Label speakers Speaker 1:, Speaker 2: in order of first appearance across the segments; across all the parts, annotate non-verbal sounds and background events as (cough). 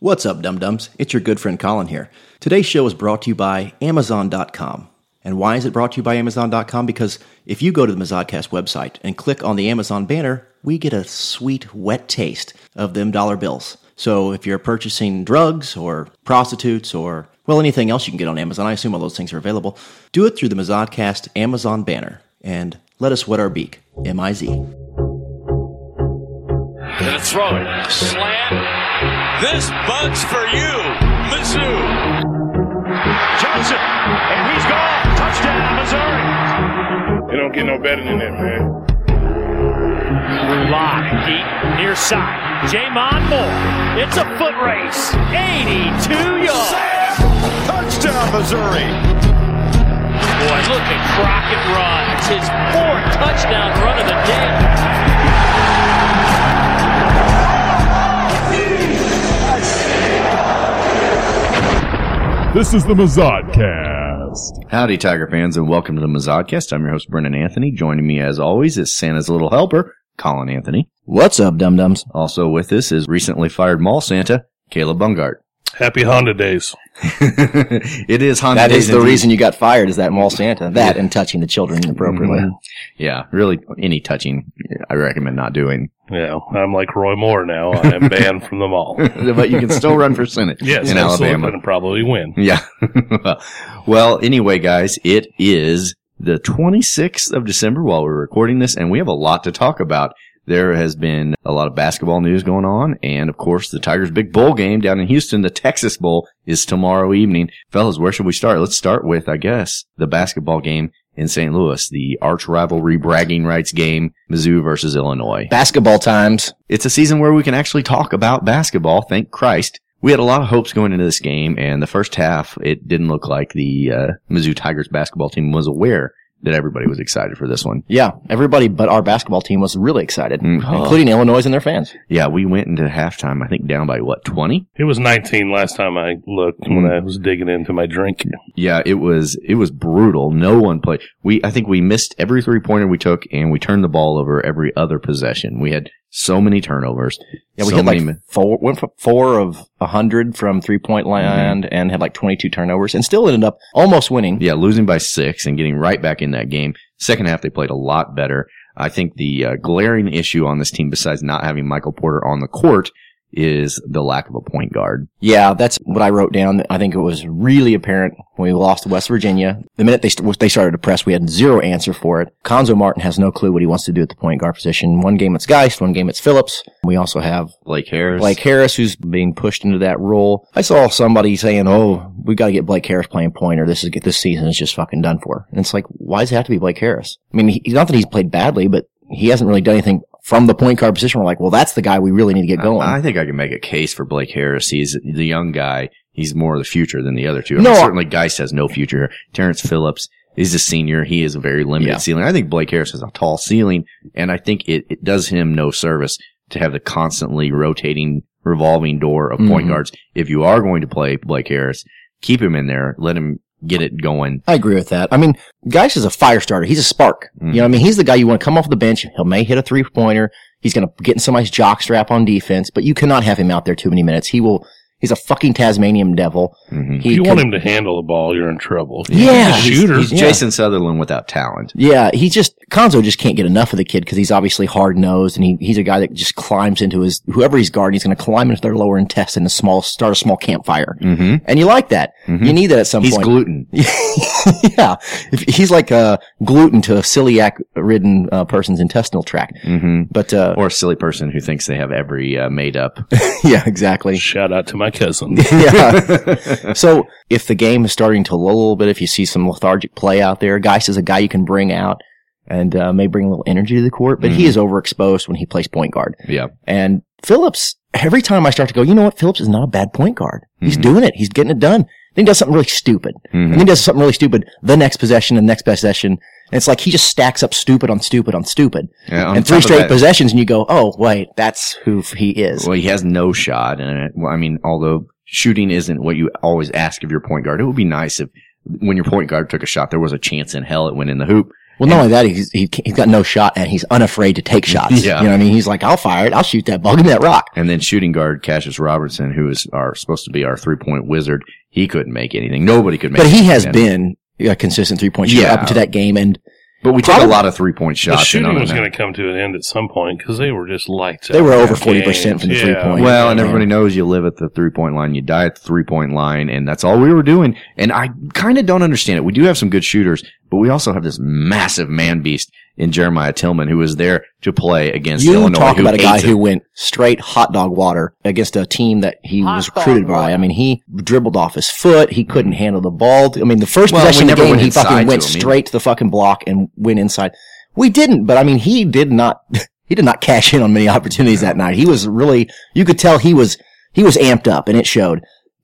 Speaker 1: What's up, dum dums? It's your good friend Colin here. Today's show is brought to you by Amazon.com. And why is it brought to you by Amazon.com? Because if you go to the Mazodcast website and click on the Amazon banner, we get a sweet, wet taste of them dollar bills. So if you're purchasing drugs or prostitutes or, well, anything else you can get on Amazon, I assume all those things are available, do it through the Mazodcast Amazon banner and let us wet our beak. M I Z.
Speaker 2: Gonna throw it. Slam. This bug's for you, Mizzou.
Speaker 3: Joseph, and he's gone. Touchdown, Missouri.
Speaker 4: It don't get no better than that, man.
Speaker 3: Lock deep near side. Jamon Moore. It's a foot race. 82 yards.
Speaker 4: Touchdown, Missouri.
Speaker 3: Boy, look at Crockett run. It's his fourth touchdown run of the day.
Speaker 5: This is the Mazodcast.
Speaker 6: Howdy, Tiger fans, and welcome to the Mazodcast. I'm your host, Brendan Anthony. Joining me, as always, is Santa's little helper, Colin Anthony.
Speaker 1: What's up, dum dums?
Speaker 6: Also with us is recently fired mall Santa, Caleb Bungart. (laughs)
Speaker 4: Happy Honda days.
Speaker 6: it is Honda.
Speaker 1: That is
Speaker 6: Days
Speaker 1: the
Speaker 6: indeed.
Speaker 1: reason you got fired is that mall Santa. That and touching the children inappropriately.
Speaker 6: Mm-hmm. Yeah, really, any touching, I recommend not doing.
Speaker 4: Yeah, I'm like Roy Moore now. I am banned from the
Speaker 1: (laughs)
Speaker 4: mall.
Speaker 6: but you can still run for Senate
Speaker 4: Yes,
Speaker 6: in
Speaker 4: absolutely,
Speaker 6: Alabama.
Speaker 4: and probably win.
Speaker 6: Yeah. (laughs) well, anyway, guys, it is the 26th of December while we're recording this, and we have a lot to talk about. There has been a lot of basketball news going on, and of course, the Tigers' big bowl game down in Houston, the Texas Bowl, is tomorrow evening. Fellas, where should we start? Let's start with, I guess, the basketball game in St. Louis, the arch rivalry bragging rights game, Mizzou versus Illinois.
Speaker 1: Basketball times.
Speaker 6: It's a season where we can actually talk about basketball, thank Christ. We had a lot of hopes going into this game, and the first half, it didn't look like the uh, Mizzou Tigers basketball team was aware that everybody was excited for this one.
Speaker 1: Yeah, everybody but our basketball team was really excited,
Speaker 6: Mm.
Speaker 1: including Illinois and their fans.
Speaker 6: Yeah, we went into halftime, I think, down by what, 20?
Speaker 4: It was 19 last time I looked when I was digging into my drink.
Speaker 6: Yeah, it was, it was brutal. No one played. We, I think we missed every three pointer we took, and we turned the ball over every other possession. We had so many turnovers.
Speaker 1: Yeah, we
Speaker 6: so
Speaker 1: hit like
Speaker 6: many mi-
Speaker 1: four, went for four of a hundred from three point
Speaker 6: Mm-hmm.
Speaker 1: land and had like twenty two turnovers and still ended up almost winning.
Speaker 6: Yeah, losing by six and getting right back in that game. Second half, they played a lot better. I think the uh, glaring issue on this team, besides not having Michael Porter on the court, is the lack of a point guard.
Speaker 1: Yeah, that's what I wrote down. I think it was really apparent when we lost to West Virginia. The minute they st- they started to press, we had zero answer for it. Conzo Martin has no clue what he wants to do at the point guard position. One game it's Geist, one game it's Phillips. We also have
Speaker 6: Blake Harris.
Speaker 1: Blake Harris, who's being pushed into that role. I saw somebody saying, "Oh, we got to get Blake Harris playing point, or this is this season is just fucking done for." And it's like, why does it have to be Blake Harris? I mean, he, not that he's played badly, but he hasn't really done anything from the point guard position. We're like, well, that's the guy we really need to get going.
Speaker 6: I think I can make a case for Blake Harris. He's the young guy. He's more of the future than the other two. I
Speaker 1: No,
Speaker 6: mean,
Speaker 1: I-
Speaker 6: certainly Geist has no future. Terrence Phillips is a senior. He is a very limited
Speaker 1: Yeah.
Speaker 6: ceiling. I think Blake Harris has a tall ceiling, and I think it, it does him no service to have the constantly rotating, revolving door of point
Speaker 1: Mhm.
Speaker 6: guards. If you are going to play Blake Harris, keep him in there. Let him get it going.
Speaker 1: I agree with that. I mean, Geis is a fire starter. He's a spark.
Speaker 6: Mm.
Speaker 1: You know, what I mean, he's the guy you want to come off the bench. He will may hit a three pointer. He's going to get in somebody's jock strap on defense, but you cannot have him out there too many minutes. He will. He's a fucking Tasmanian devil.
Speaker 6: Mhm.
Speaker 1: He
Speaker 4: If you
Speaker 1: can-
Speaker 4: want him to handle the ball, you're in trouble.
Speaker 1: Yeah,
Speaker 4: He's a shooter.
Speaker 6: He's
Speaker 1: Yeah.
Speaker 6: Jason Sutherland without talent.
Speaker 1: Yeah, he just Konzo just can't get enough of the kid because he's obviously hard nosed and he, he's a guy that just climbs into his whoever he's guarding. He's going to climb into their lower intestine and small start a small campfire.
Speaker 6: Mm-hmm.
Speaker 1: And you like that? You need that at some
Speaker 6: He's
Speaker 1: point.
Speaker 6: gluten.
Speaker 1: (laughs) yeah, If- he's like uh, gluten to a celiac ridden uh, person's intestinal tract.
Speaker 6: hmm
Speaker 1: But uh,
Speaker 6: Or a silly person who thinks they have every uh, made up
Speaker 1: (laughs) yeah,
Speaker 4: (laughs)
Speaker 1: exactly.
Speaker 4: Shout out to my cousin.
Speaker 1: yeah. so if the game is starting to lull a little bit, if you see some lethargic play out there, Geis is a guy you can bring out and uh, may bring a little energy to the court, but he is overexposed when he plays point guard.
Speaker 6: Yeah.
Speaker 1: And
Speaker 6: Mm-hmm.
Speaker 1: Phillips, every time I start to go, you know what? Phillips is not a bad point guard. He's doing it. He's getting it done. Then he does something really stupid. And then he does something really stupid the next possession and the next possession. And it's like he just stacks up stupid on stupid on stupid.
Speaker 6: Yeah, on
Speaker 1: and
Speaker 6: top
Speaker 1: three
Speaker 6: of
Speaker 1: straight
Speaker 6: that-
Speaker 1: possessions, and you go, oh, wait, that's who f- he is.
Speaker 6: Well, he has no shot, and uh, well, I mean, although shooting isn't what you always ask of your point guard, it would be nice if when your point guard took a shot, there was a chance in hell it went in the hoop.
Speaker 1: Well, not only that, he's, he, he's got no shot and he's unafraid to take shots.
Speaker 6: (laughs) Yeah.
Speaker 1: You know what I mean? He's like, I'll fire it. I'll shoot that ball. Give me that rock.
Speaker 6: And then shooting guard Cassius Robertson, who is our supposed to be our three point wizard, he couldn't make anything. Nobody could make.
Speaker 1: But he has
Speaker 6: anything.
Speaker 1: been a consistent three point shooter
Speaker 6: Yeah.
Speaker 1: up to that game. And
Speaker 6: But we took a
Speaker 1: Probably-
Speaker 6: lot of three point shots.
Speaker 4: The
Speaker 6: and
Speaker 4: shooting
Speaker 6: on
Speaker 4: was
Speaker 6: and on.
Speaker 4: going to come to an end at some point because they were just lights.
Speaker 1: They
Speaker 4: out
Speaker 1: were
Speaker 4: in
Speaker 1: over
Speaker 4: that
Speaker 1: 40% from the
Speaker 4: game.
Speaker 1: three-point.
Speaker 6: Well, and
Speaker 1: Yeah.
Speaker 6: everybody knows you live at the three point line, you die at the three point line, and that's all we were doing. And I kind of don't understand it. We do have some good shooters, but we also have this massive man beast in Jeremiah Tillman who is there to play against
Speaker 1: you
Speaker 6: Illinois.
Speaker 1: talk
Speaker 6: who
Speaker 1: about a guy
Speaker 6: hates
Speaker 1: who
Speaker 6: it.
Speaker 1: went straight hot dog water against a team that he
Speaker 3: Hot
Speaker 1: was
Speaker 3: dog
Speaker 1: recruited by.
Speaker 3: water.
Speaker 1: I mean, he dribbled off his foot. He couldn't handle the ball. I mean, the first
Speaker 6: Well,
Speaker 1: possession
Speaker 6: we
Speaker 1: of the
Speaker 6: never
Speaker 1: game,
Speaker 6: went
Speaker 1: he
Speaker 6: inside
Speaker 1: fucking
Speaker 6: to
Speaker 1: went
Speaker 6: him either.
Speaker 1: straight to the fucking block and went inside. We didn't, but I mean, he did not, (laughs) he did not cash in on many opportunities that night. He was really, you could tell he was, he was amped up and it showed.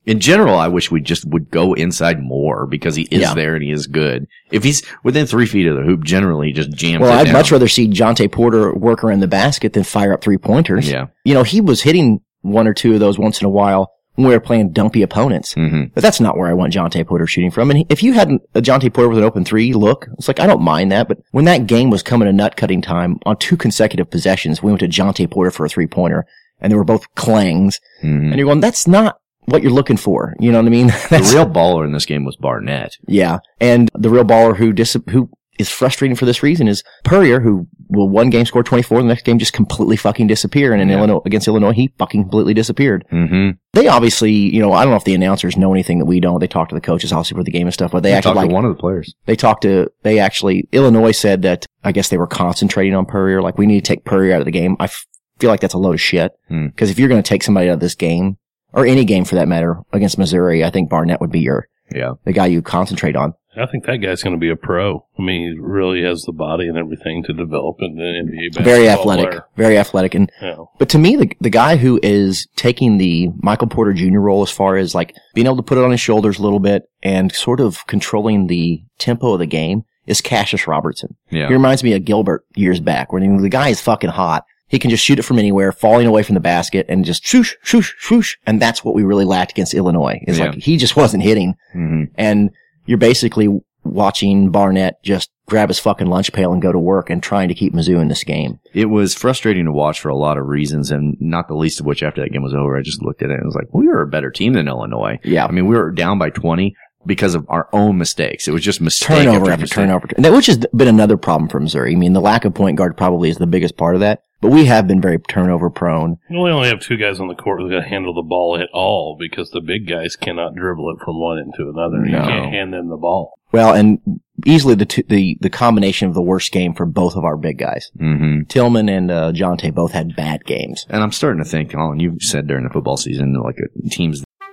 Speaker 6: in general, I wish we just would go inside more because he is
Speaker 1: Yeah.
Speaker 6: there and he is good. If he's within three feet of the hoop, generally he just jams.
Speaker 1: Well,
Speaker 6: it
Speaker 1: I'd
Speaker 6: down.
Speaker 1: much rather see Jonte Porter work around the basket than fire up three pointers.
Speaker 6: Yeah.
Speaker 1: You know, he was hitting one or two of those once in a while when we were playing dumpy opponents.
Speaker 6: Mhm.
Speaker 1: But that's not where I want Jonte Porter shooting from. And if you had an- a Jonte Porter with an open three look, it's like, I don't mind that. But when that game was coming to nut cutting time on two consecutive possessions, we went to Jonte Porter for a three pointer and they were both clangs.
Speaker 6: Mhm.
Speaker 1: And you're going, that's not what you're looking for. You know what I mean? (laughs)
Speaker 6: The
Speaker 1: That's-
Speaker 6: real baller in this game was Barnett.
Speaker 1: yeah. And the real baller who dis- who is frustrating for this reason is Purrier, who will one game score 24, the next game just completely fucking disappear. And in
Speaker 6: Yeah.
Speaker 1: Illinois, against Illinois, he fucking completely disappeared.
Speaker 6: Mm-hmm.
Speaker 1: They obviously, you know, I don't know if the announcers know anything that we don't. They talk to the coaches, obviously, for the game and stuff, but they acted
Speaker 6: talked
Speaker 1: like
Speaker 6: to one of the players.
Speaker 1: they talked to, they actually, Illinois said that I guess they were concentrating on Purrier. Like, we need to take Purrier out of the game. I f- feel like that's a load of shit.
Speaker 6: Hmm.
Speaker 1: Because if you're going to take somebody out of this game, or any game for that matter, against Missouri, I think Barnett would be your,
Speaker 6: Yeah.
Speaker 1: the guy you concentrate on.
Speaker 4: I think that guy's going to be a pro. I mean, he really has the body and everything to develop an NBA.
Speaker 1: very
Speaker 4: basketball
Speaker 1: athletic,
Speaker 4: player.
Speaker 1: very athletic. And
Speaker 4: Yeah.
Speaker 1: but to me, the the guy who is taking the Michael Porter Jr. role as far as like being able to put it on his shoulders a little bit and sort of controlling the tempo of the game is Cassius Robertson.
Speaker 6: Yeah.
Speaker 1: He reminds me of Gilbert years back, where the guy is fucking hot. He can just shoot it from anywhere, falling away from the basket, and just shoosh, shoosh, shoosh. And that's what we really lacked against Illinois. Is
Speaker 6: Yeah.
Speaker 1: like he just wasn't hitting
Speaker 6: Mm-hmm.
Speaker 1: and you're basically watching Barnett just grab his fucking lunch pail and go to work and trying to keep Mizzou in this game.
Speaker 6: It was frustrating to watch for a lot of reasons, and not the least of which after that game was over, I just looked at it and was like, we were a better team than Illinois.
Speaker 1: Yeah.
Speaker 6: I mean, we were down by 20 because of our own mistakes. It was just mistake
Speaker 1: Turnover after
Speaker 6: mistake.
Speaker 1: turnover. And that, which has been another problem for Missouri. I mean, the lack of point guard probably is the biggest part of that, but we have been very turnover prone.
Speaker 4: Well, we only have two guys on the court that can handle the ball at all because the big guys cannot dribble it from one end to another. You
Speaker 6: No.
Speaker 4: can't hand them the ball.
Speaker 1: Well, and easily the, two, the, the combination of the worst game for both of our big guys.
Speaker 6: Mm-hmm.
Speaker 1: Tillman and uh, Jonte both had bad games.
Speaker 6: And I'm starting to think, Colin, you said during the football season, like uh, teams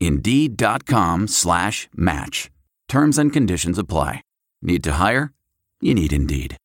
Speaker 7: Indeed.com slash match. Terms and conditions apply. Need to hire? You need Indeed.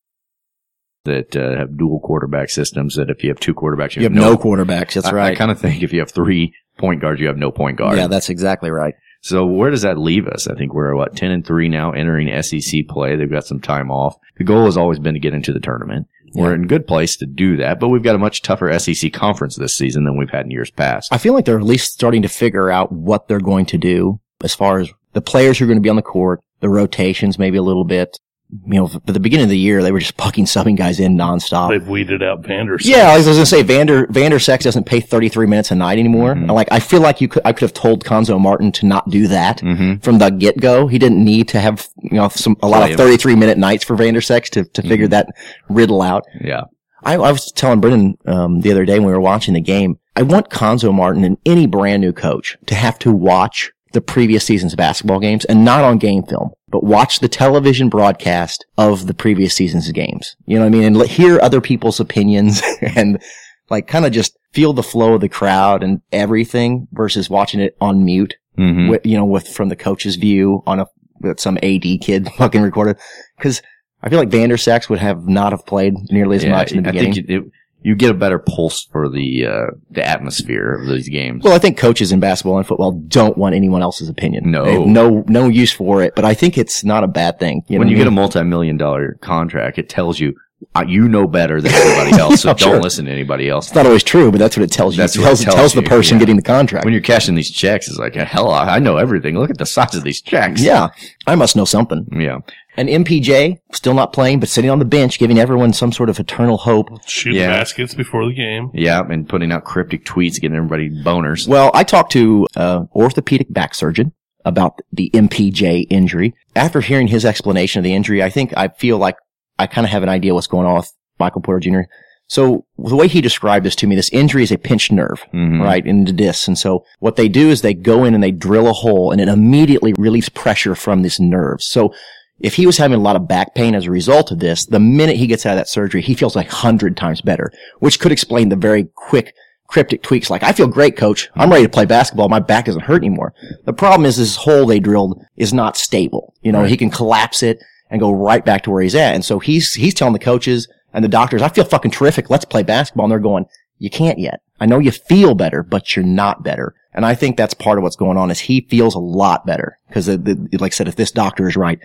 Speaker 6: that uh, have dual quarterback systems. That if you have two quarterbacks,
Speaker 1: You have no quarterbacks, that's
Speaker 6: I- I
Speaker 1: right.
Speaker 6: kind of think if you have three point guards, you have no point guard.
Speaker 1: Yeah, that's exactly right.
Speaker 6: So where does that leave us? I think we're what ten and three now, entering SEC play. They've got some time off. The goal has always been to get into the tournament. We're in good place to do that, but we've got a much tougher SEC conference this season than we've had in years past.
Speaker 1: I feel like they're at least starting to figure out what they're going to do as far as the players who are going to be on the court, the rotations, maybe a little bit. You know, at the beginning of the year, they were just (laughs) fucking subbing guys in nonstop.
Speaker 4: They've weeded out Panderson.
Speaker 1: Yeah, I was gonna say Vander Vandersex doesn't pay thirty three minutes a night anymore. Like I feel like you could I could have told Conzo Martin to not do that
Speaker 6: Mm-hmm.
Speaker 1: from the get go. He didn't need to have you know some a lot
Speaker 6: Play him.
Speaker 1: of thirty three minute nights for Vandersex to to figure that riddle out.
Speaker 6: Yeah.
Speaker 1: I, I was telling Brendan um, the other day when we were watching the game. I want Conzo Martin and any brand new coach to have to watch the previous season's basketball games and not on game film, but watch the television broadcast of the previous season's games. You know what I mean? And let, hear other people's opinions (laughs) and like kind of just feel the flow of the crowd and everything versus watching it on mute.
Speaker 6: Mhm.
Speaker 1: With, you know, with from the coach's view on a with some AD kid (laughs) fucking recorded because. I feel like Vandersax would have not have played nearly as
Speaker 6: Yeah,
Speaker 1: much in the
Speaker 6: I
Speaker 1: beginning.
Speaker 6: think it, you get a better pulse for the uh, the atmosphere of these games.
Speaker 1: Well, I think coaches in basketball and football don't want anyone else's opinion.
Speaker 6: No.
Speaker 1: They have no, no use for it. But I think it's not a bad thing.
Speaker 6: when you get a
Speaker 1: them,
Speaker 6: multi-million dollar contract, it tells you uh, you know better than
Speaker 1: (laughs)
Speaker 6: everybody else, so
Speaker 1: Yeah,
Speaker 6: don't
Speaker 1: sure.
Speaker 6: listen to anybody else.
Speaker 1: it's not always true, but that's what it tells you.
Speaker 6: That's
Speaker 1: it
Speaker 6: what
Speaker 1: tells,
Speaker 6: it
Speaker 1: it
Speaker 6: tells
Speaker 1: tells
Speaker 6: you,
Speaker 1: the person
Speaker 6: yeah.
Speaker 1: getting the contract.
Speaker 6: When you're cashing these checks, it's like hell. I I know everything. Look at the size of these checks.
Speaker 1: yeah, I must know something.
Speaker 6: yeah,
Speaker 1: And MPJ still not playing, but sitting on the bench, giving everyone some sort of eternal hope.
Speaker 4: Shoot baskets before the game.
Speaker 6: yeah, and putting out cryptic tweets, getting everybody boners.
Speaker 1: Well, I talked to an orthopedic back surgeon about the MPJ injury. After hearing his explanation of the injury, I think I feel like I kind of have an idea what's going on with Michael Porter Jr. So the way he described this to me, this injury is a pinched nerve, right, in the disc. And so what they do is they go in and they drill a hole and it immediately relieves pressure from this nerve. So if he was having a lot of back pain as a result of this, the minute he gets out of that surgery, he feels like 100 times better, which could explain the very quick cryptic tweaks like, I feel great, coach. I'm ready to play basketball. My back doesn't hurt anymore. The problem is this hole they drilled is not stable. You know,
Speaker 6: Right.
Speaker 1: he can collapse it and go right back to where he's at. And so he's, he's telling the coaches and the doctors, I feel fucking terrific. Let's play basketball. And they're going, you can't yet. I know you feel better, but you're not better. And I think that's part of what's going on is he feels a lot better because like I said, if this doctor is right,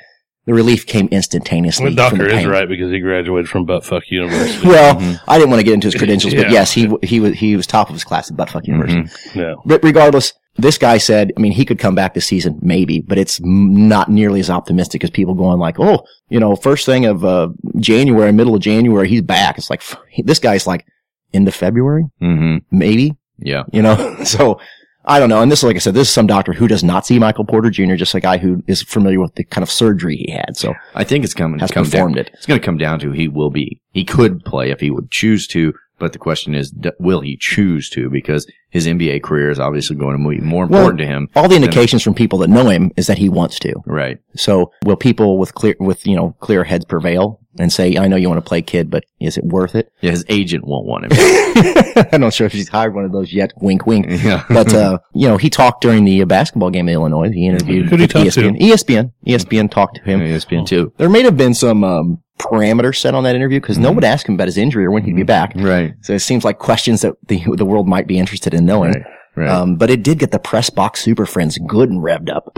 Speaker 1: the relief came instantaneously.
Speaker 4: The
Speaker 1: from
Speaker 4: doctor
Speaker 1: the
Speaker 4: is
Speaker 1: pain.
Speaker 4: right because he graduated from Buttfuck University.
Speaker 1: (laughs) Well, I didn't want to get into his credentials, but
Speaker 4: (laughs) Yeah.
Speaker 1: yes, he w- he was he was top of his class at Buttfuck University.
Speaker 4: Yeah.
Speaker 1: But regardless, this guy said, I mean, he could come back this season, maybe, but it's m- not nearly as optimistic as people going like, oh, you know, first thing of uh, January, middle of January, he's back. It's like f- this guy's like end of February,
Speaker 6: Mm-hmm.
Speaker 1: maybe,
Speaker 6: Yeah.
Speaker 1: you know. (laughs) so I don't know. And this, like I said, this is some doctor who does not see Michael Porter Jr., just a guy who is familiar with the kind of surgery he had. So
Speaker 6: I think it's coming.
Speaker 1: Has
Speaker 6: come
Speaker 1: performed
Speaker 6: down,
Speaker 1: it.
Speaker 6: It's going to come down to he will be. He could play if he would choose to, but the question is, d- will he choose to? Because his NBA career is obviously going to be more important to him.
Speaker 1: All the
Speaker 6: than-
Speaker 1: indications from people that know him is that he wants to.
Speaker 6: right?
Speaker 1: So will people with clear with you know clear heads prevail and say, I know you want to play kid, but is it worth it? (laughs)
Speaker 6: Yeah, his agent won't want (laughs) him.
Speaker 1: I'm not sure if he's hired one of those yet. Wink, wink.
Speaker 6: (laughs) Yeah.
Speaker 1: But uh, you know, he talked during the uh, basketball game in Illinois. He interviewed
Speaker 4: Who'd he
Speaker 1: with E
Speaker 4: talk to?
Speaker 1: ESPN. ESPN. ESPN talked to him.
Speaker 6: ESPN too.
Speaker 1: There may have been some um, parameters set on that interview because no one asked him about his injury or when he'd be back.
Speaker 6: Mm-hmm. Right.
Speaker 1: So it seems like questions that the the world might be interested in knowing.
Speaker 6: Right. Right.
Speaker 1: Um, but it did get the press box super friends good and revved up.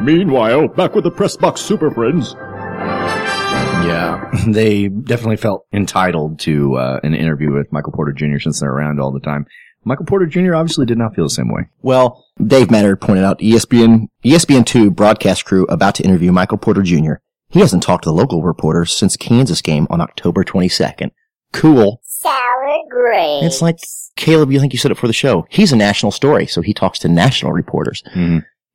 Speaker 5: Meanwhile, back with the press box super friends.
Speaker 6: Yeah, (laughs) they definitely felt entitled to uh, an interview with Michael Porter Jr. since they're around all the time. Michael Porter Jr. obviously did not feel the same way.
Speaker 1: Well, Dave Matter pointed out E ESPN ESPN2 broadcast crew about to interview Michael Porter Jr. He hasn't talked to the local reporters since Kansas game on October 22nd. Cool.
Speaker 8: Sour grapes.
Speaker 1: It's like Caleb, you think you said it for the show. He's a national story, so he talks to national reporters.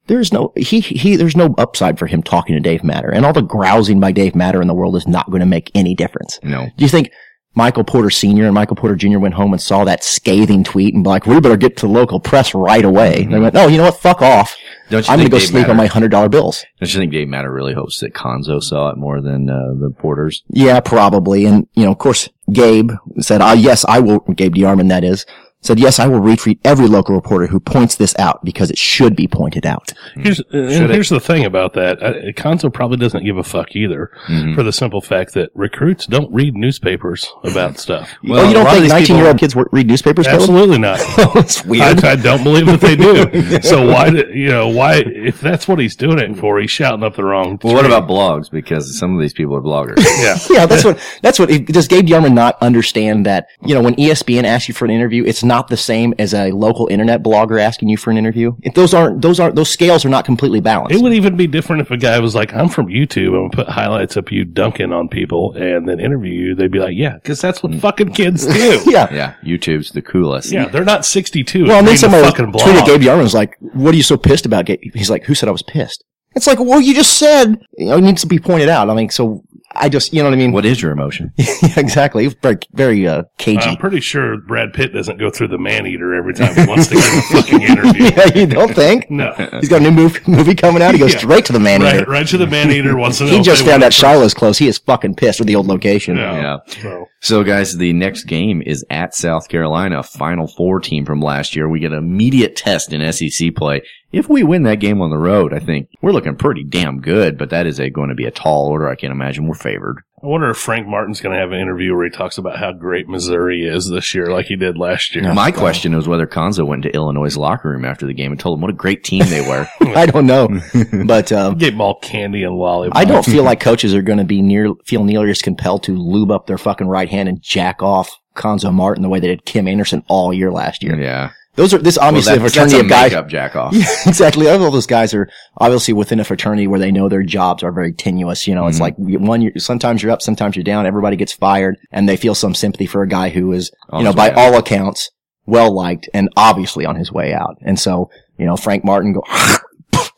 Speaker 1: There's no he he there's no upside for him talking to Dave Matter. And all the grousing by Dave Matter in the world is not going to make any difference.
Speaker 6: No.
Speaker 1: Do you think Michael Porter Sr. and Michael Porter Jr. went home and saw that scathing tweet and be like, we better get to the local press right away. They went, no, you know what? Fuck off.
Speaker 6: Mm-hmm. Don't you
Speaker 1: I'm going
Speaker 6: think
Speaker 1: to go
Speaker 6: they
Speaker 1: sleep on
Speaker 6: matter?
Speaker 1: my $100 bills.
Speaker 6: Don't you think Dave Matter really hopes that Conzo saw it more than uh, the Porters?
Speaker 1: Yeah, probably. And, you know, of course, Gabe said, uh, yes, I will, Gabe DeArmond, that is, said, yes, I will retweet every local reporter who points this out because it should be pointed out.
Speaker 4: Here's uh,
Speaker 1: Hmm. Should it?
Speaker 4: here's the thing about that. Uh, Conzo probably doesn't give a fuck either,
Speaker 1: Mm-hmm.
Speaker 4: for the simple fact that recruits don't read newspapers about stuff.
Speaker 1: oh, you don't think 19 year old kids wo- read newspapers? Caleb? (laughs)
Speaker 4: Absolutely not.
Speaker 1: That's weird.
Speaker 4: I, I don't believe that they
Speaker 1: (laughs)
Speaker 4: do. so why, do, you know, why if that's what he's doing it for, he's shouting up the wrong.
Speaker 6: Well, what about blogs? Because some of these people
Speaker 4: (laughs)
Speaker 6: are bloggers.
Speaker 4: yeah.
Speaker 1: yeah, that's what that's what does Gabe Yarman not understand that you know when E ESPN asks you for an interview, it's not the same as a local internet blogger asking you for an interview. If those aren't those aren't those scales are not completely balanced.
Speaker 4: It would even be different if a guy was like, "I'm from YouTube. I'm gonna put highlights of you dunking on people and then interview you." They'd be like, "Yeah, because that's what
Speaker 1: (laughs)
Speaker 4: fucking kids do."
Speaker 1: yeah,
Speaker 6: Mm. yeah. YouTube's the coolest.
Speaker 4: yeah. They're not 62.
Speaker 1: Well, and then
Speaker 4: reading a
Speaker 1: somebody
Speaker 4: fucking blog.
Speaker 1: tweeted Gabe Yarman was like, "What are you so pissed about?" Gabe? He's like, "Who said I was pissed?" It's like, well, you just said you know, it needs to be pointed out. I mean, so I just you know what I mean.
Speaker 6: What is your emotion?
Speaker 1: (laughs) yeah, exactly. It was very very uh, cagey.
Speaker 4: I'm pretty sure Brad Pitt doesn't go through the man eater every time he wants to get a
Speaker 1: (laughs)
Speaker 4: fucking interview.
Speaker 1: (laughs) yeah, you don't think?
Speaker 4: (laughs) No.
Speaker 1: He's got a new movie, movie coming out. He goes
Speaker 4: (laughs) Yeah.
Speaker 1: straight to the man
Speaker 4: right,
Speaker 1: eater.
Speaker 4: right to the man eater once in a
Speaker 1: He just found out Shiloh's close. He is fucking pissed with the old location.
Speaker 6: Yeah. So, guys, the next game is at South Carolina, a Final Four team from last year. We get an immediate test in SEC play. If we win that game on the road, I think we're looking pretty damn good, but that is a, going to be a tall order. I can't imagine we're favored.
Speaker 4: I wonder if Frank Martin's going to have an interview where he talks about how great Missouri is this year, like he did last year.
Speaker 6: My question was whether Konzo went to Illinois' locker room after the game and told them what a great team they were.
Speaker 1: (laughs) I don't know, but um,
Speaker 4: Gave him all candy and lollipops.
Speaker 1: I don't feel like coaches are going to be near feel nearly as compelled to lube up their fucking right hand and jack off Conzo Martin the way they did Kim Anderson all year last year.
Speaker 6: (laughs) Yeah,
Speaker 1: those are this obviously
Speaker 6: Well,
Speaker 1: a
Speaker 6: that-
Speaker 1: fraternity
Speaker 6: that's
Speaker 1: of guys.
Speaker 6: makeup jack (laughs) off.
Speaker 1: (laughs) Yeah, exactly. All those guys are obviously within a fraternity where they know their jobs are very tenuous. You know, it's
Speaker 6: Mm-hmm.
Speaker 1: like you- one, you're, sometimes you're up, sometimes you're down. Everybody gets fired, and they feel some sympathy for a guy who is,
Speaker 6: On
Speaker 1: you know,
Speaker 6: his
Speaker 1: by
Speaker 6: way out.
Speaker 1: all accounts, well liked and obviously on his way out. And so, you know, Frank Martin go, (laughs)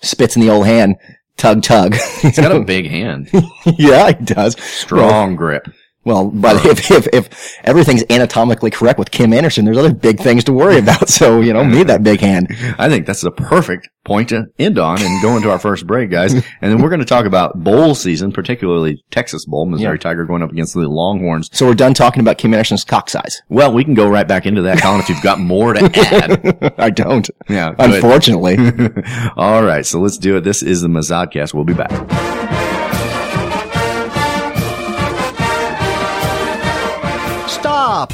Speaker 1: spits in the old hand, tug, tug.
Speaker 6: He's (laughs) got a big hand,
Speaker 1: (laughs) yeah, he does.
Speaker 6: strong grip.
Speaker 1: Well, but if, if, if everything's anatomically correct with Kim Anderson, there's other big things to worry about. So, you know, need that big hand.
Speaker 6: I think that's the perfect point to end on and go into our first break, guys. (laughs) And then we're going to talk about bowl season, particularly Texas Bowl, Missouri Tiger going up against the Longhorns.
Speaker 1: So we're done talking about Kim Anderson's cock size.
Speaker 6: Well, we can go right back into that, Colin, if you've got more (laughs) to add.
Speaker 1: I don't.
Speaker 6: Yeah. good. (laughs)
Speaker 1: Unfortunately.
Speaker 6: All right. So let's do it. This is the Mazadcast. We'll be back.
Speaker 8: Stop!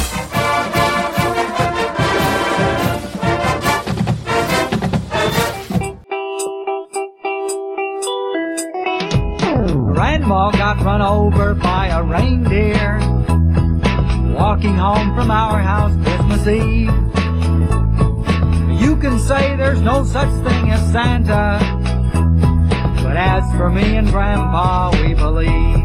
Speaker 9: Grandma got run over by a reindeer walking home from our house Christmas Eve. You can say there's no such thing as Santa, but as for me and Grandpa, we believe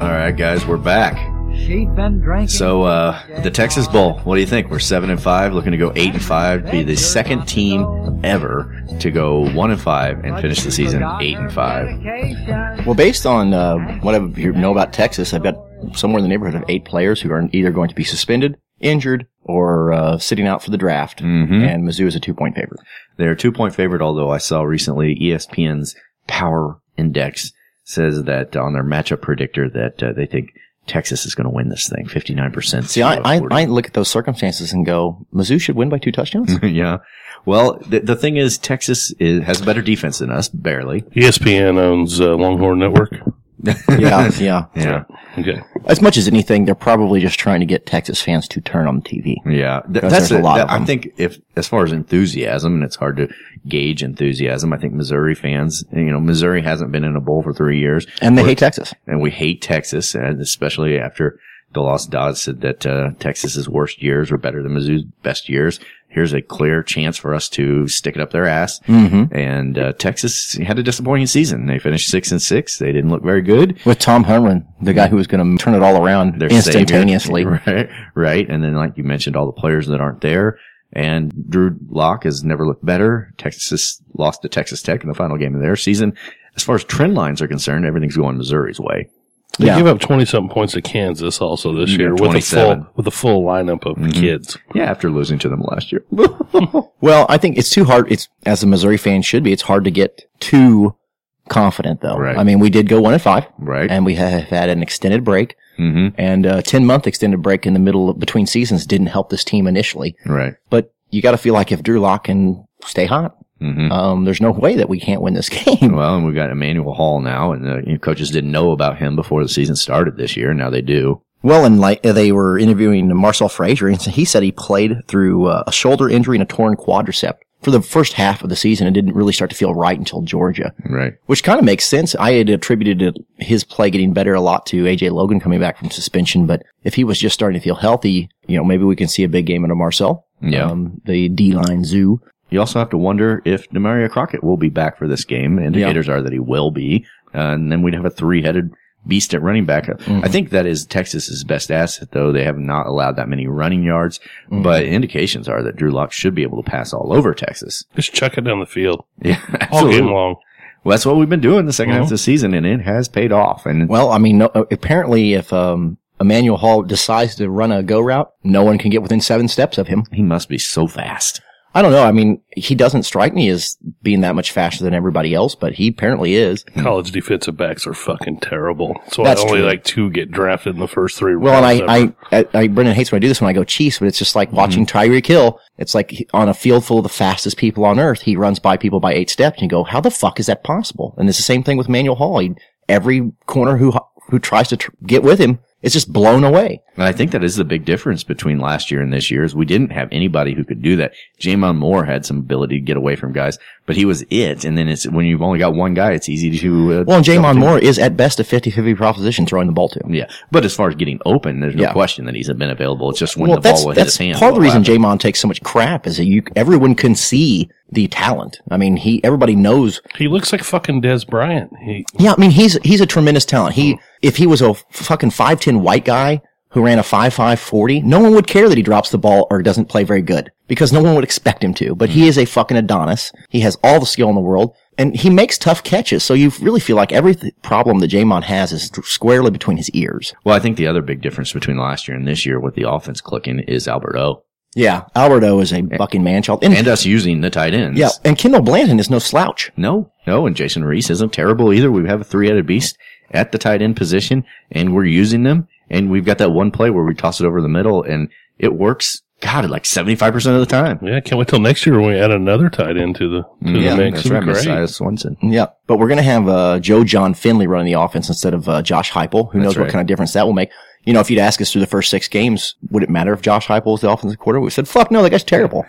Speaker 6: All right, guys. We're back.
Speaker 9: she'd been drinking.
Speaker 6: So uh, the Texas Bowl. What do you think? We're seven and five, looking to go eight and five, be the second team ever to go one and five and finish the season eight and five.
Speaker 1: Well, based on uh, what I know about Texas, I've got somewhere in the neighborhood of eight players who are either going to be suspended, injured, or uh, sitting out for the draft.
Speaker 6: Mm-hmm.
Speaker 1: And Mizzou is a two-point favorite.
Speaker 6: They're a two point favorite, although I saw recently E ESPN's Power Index says that on their matchup predictor that uh, they think Texas is going to win this thing, fifty nine percent.
Speaker 1: See, I, I, I look at those circumstances and go, Mizzou should win by two
Speaker 6: (laughs)
Speaker 1: touchdowns.
Speaker 6: (laughs) yeah. Well, the, the thing is, Texas is, has a better defense than us, barely.
Speaker 4: E ESPN owns uh, Longhorn Network.
Speaker 1: yeah, yeah.
Speaker 6: Yeah.
Speaker 4: Okay.
Speaker 1: As much as anything, they're probably just trying to get Texas fans to turn on the TV.
Speaker 6: Yeah, Th-
Speaker 1: Because
Speaker 6: that's
Speaker 1: there's
Speaker 6: a
Speaker 1: a lot
Speaker 6: that-
Speaker 1: of them.
Speaker 6: I think if as far as enthusiasm, and it's hard to gauge enthusiasm. I think Missouri fans, you know, Missouri hasn't been in a bowl for three years,
Speaker 1: And they
Speaker 6: We're-
Speaker 1: hate Texas.
Speaker 6: and we hate Texas, and especially after The Lost Dodds said that uh, Texas's worst years were better than Mizzou's best years. Here's a clear chance for us to stick it up their ass.
Speaker 1: Mhm.
Speaker 6: And uh, Texas had a disappointing season. They finished six and six. They didn't look very good.
Speaker 1: With Tom Herman, the guy who was going to turn it all around
Speaker 6: Mm-hmm. Their savior.
Speaker 1: instantaneously.
Speaker 6: (laughs) right? Right. And then, like you mentioned, all the players that aren't there. And Drew Locke has never looked better. Texas lost to Texas Tech in the final game of their season. As far as trend lines are concerned, everything's going Missouri's way.
Speaker 4: They gave up twenty something points to Kansas also this
Speaker 6: Yeah,
Speaker 4: year with a
Speaker 6: 27.
Speaker 4: full with a full lineup of kids.
Speaker 6: Yeah, after losing to them last year.
Speaker 1: Well, I think it's too hard. It's as a Missouri fan should be. It's hard to get too confident, though. Right. I mean, we did go one and five,
Speaker 6: right?
Speaker 1: And we have had an extended break,
Speaker 6: Mm-hmm.
Speaker 1: and a ten month extended break in the middle of, between seasons didn't help this team initially.
Speaker 6: Right.
Speaker 1: But you got to feel like if Drew Lock can stay hot, um, there's no way that we can't win this (laughs) game.
Speaker 6: Well, and we've got Emmanuel Hall now, and the you know, coaches didn't know about him before the season started this year. Now they do.
Speaker 1: Well, and like they were interviewing Marcel Frazier, and he said he played through uh, a shoulder injury and a torn quadricep for the first half of the season and didn't really start to feel right until Georgia.
Speaker 6: Right.
Speaker 1: Which kind of makes sense. I had attributed it- his play getting better a lot to AJ Logan coming back from suspension, but if he was just starting to feel healthy, you know, maybe we can see a big game into Marcel.
Speaker 6: Yeah.
Speaker 1: Um, the D line zoo.
Speaker 6: You also have to wonder if Demaria Crockett will be back for this game. Indicators are that he will be, uh, and then we'd have a three-headed beast at running back. I think that is Texas's best asset, though they have not allowed that many running yards. But indications are that Drew Lock should be able to pass all over Texas.
Speaker 4: Just chuck it down the field.
Speaker 6: Yeah, Mm-hmm.
Speaker 4: all
Speaker 6: absolutely.
Speaker 4: game long.
Speaker 6: (laughs) Well, that's what we've been doing the 2nd half of
Speaker 1: Mhm.
Speaker 6: the season, and it has paid off. And
Speaker 1: Well, I mean, no, uh, apparently if, um, Emmanuel Hall decides to run a go route, no one can get within seven steps of him.
Speaker 6: He must be so fast.
Speaker 1: I don't know. I mean, he doesn't strike me as being that much faster than everybody else, but he apparently is.
Speaker 4: College defensive backs are fucking terrible. So
Speaker 1: That's
Speaker 4: only
Speaker 1: true.
Speaker 4: like two get drafted in the first three
Speaker 1: Well,
Speaker 4: rounds.
Speaker 1: and I, I, I, I, Brendan hates when I do this when I go Chiefs, but it's just
Speaker 6: Mhm.
Speaker 1: like watching Tyreek Hill. It's like he- on a field full of the fastest people on earth, he runs by people by eight steps, and you go, "How the fuck is that possible?" And it's the same thing with Manuel Hall. He, every corner who who tries to tr- get with him is just blown away.
Speaker 6: And I think that is the big difference between last year and this year is we didn't have anybody who could do that. Jamon Moore had some ability to get away from guys, but he was it. And then it's when you've only got one guy, it's easy to. Uh,
Speaker 1: Well, and Jamon
Speaker 6: jump to.
Speaker 1: Moore is at best a 50-50 proposition throwing the ball to.
Speaker 6: Yeah, but as far as getting open, there's no
Speaker 1: Yeah.
Speaker 6: question that he's been available. It's just when
Speaker 1: well,
Speaker 6: the
Speaker 1: that's,
Speaker 6: ball will hit
Speaker 1: that's
Speaker 6: his hand.
Speaker 1: part of the
Speaker 6: what
Speaker 1: reason
Speaker 6: happens.
Speaker 1: Jamon takes so much crap is that you everyone can see the talent. I mean, he everybody knows
Speaker 4: he looks like fucking Des Bryant. He
Speaker 1: Yeah, I mean he's he's a tremendous talent. He if he was a fucking five ten white guy who ran a five five forty, no one would care that he drops the ball or doesn't play very good because no one would expect him to. But he is a fucking Adonis. He has all the skill in the world and he makes tough catches. So you really feel like every th- problem that Jamon has is squarely between his ears.
Speaker 6: Well, I think the other big difference between last year and this year with the offense clicking is Alberto
Speaker 1: Yeah, Alberto is a fucking man child. And,
Speaker 6: and us using the tight ends.
Speaker 1: yeah, and Kendall Blanton is no slouch.
Speaker 6: No, no, and Jason Reese isn't terrible either. We have a three-headed beast at the tight end position, and we're using them. And we've got that one play where we toss it over the middle, and it works. God, like seventy-five percent of the time.
Speaker 4: Yeah, can't wait till next year when we add another tight end to the to
Speaker 6: Yeah,
Speaker 4: the mix.
Speaker 6: that's right,
Speaker 4: It'd be Mm-hmm. great. (laughs)
Speaker 6: Messiah Swenson.
Speaker 1: Yeah, but we're going to have uh, Joe John Finley running the offense instead of uh, Josh Heupel. Who
Speaker 6: That's
Speaker 1: knows
Speaker 6: right.
Speaker 1: what kind of difference that will make? You know, if you'd asked us through the first six games, would it matter if Josh Heupel was the offensive coordinator? We said, "Fuck no, that guy's
Speaker 6: (laughs)
Speaker 1: terrible."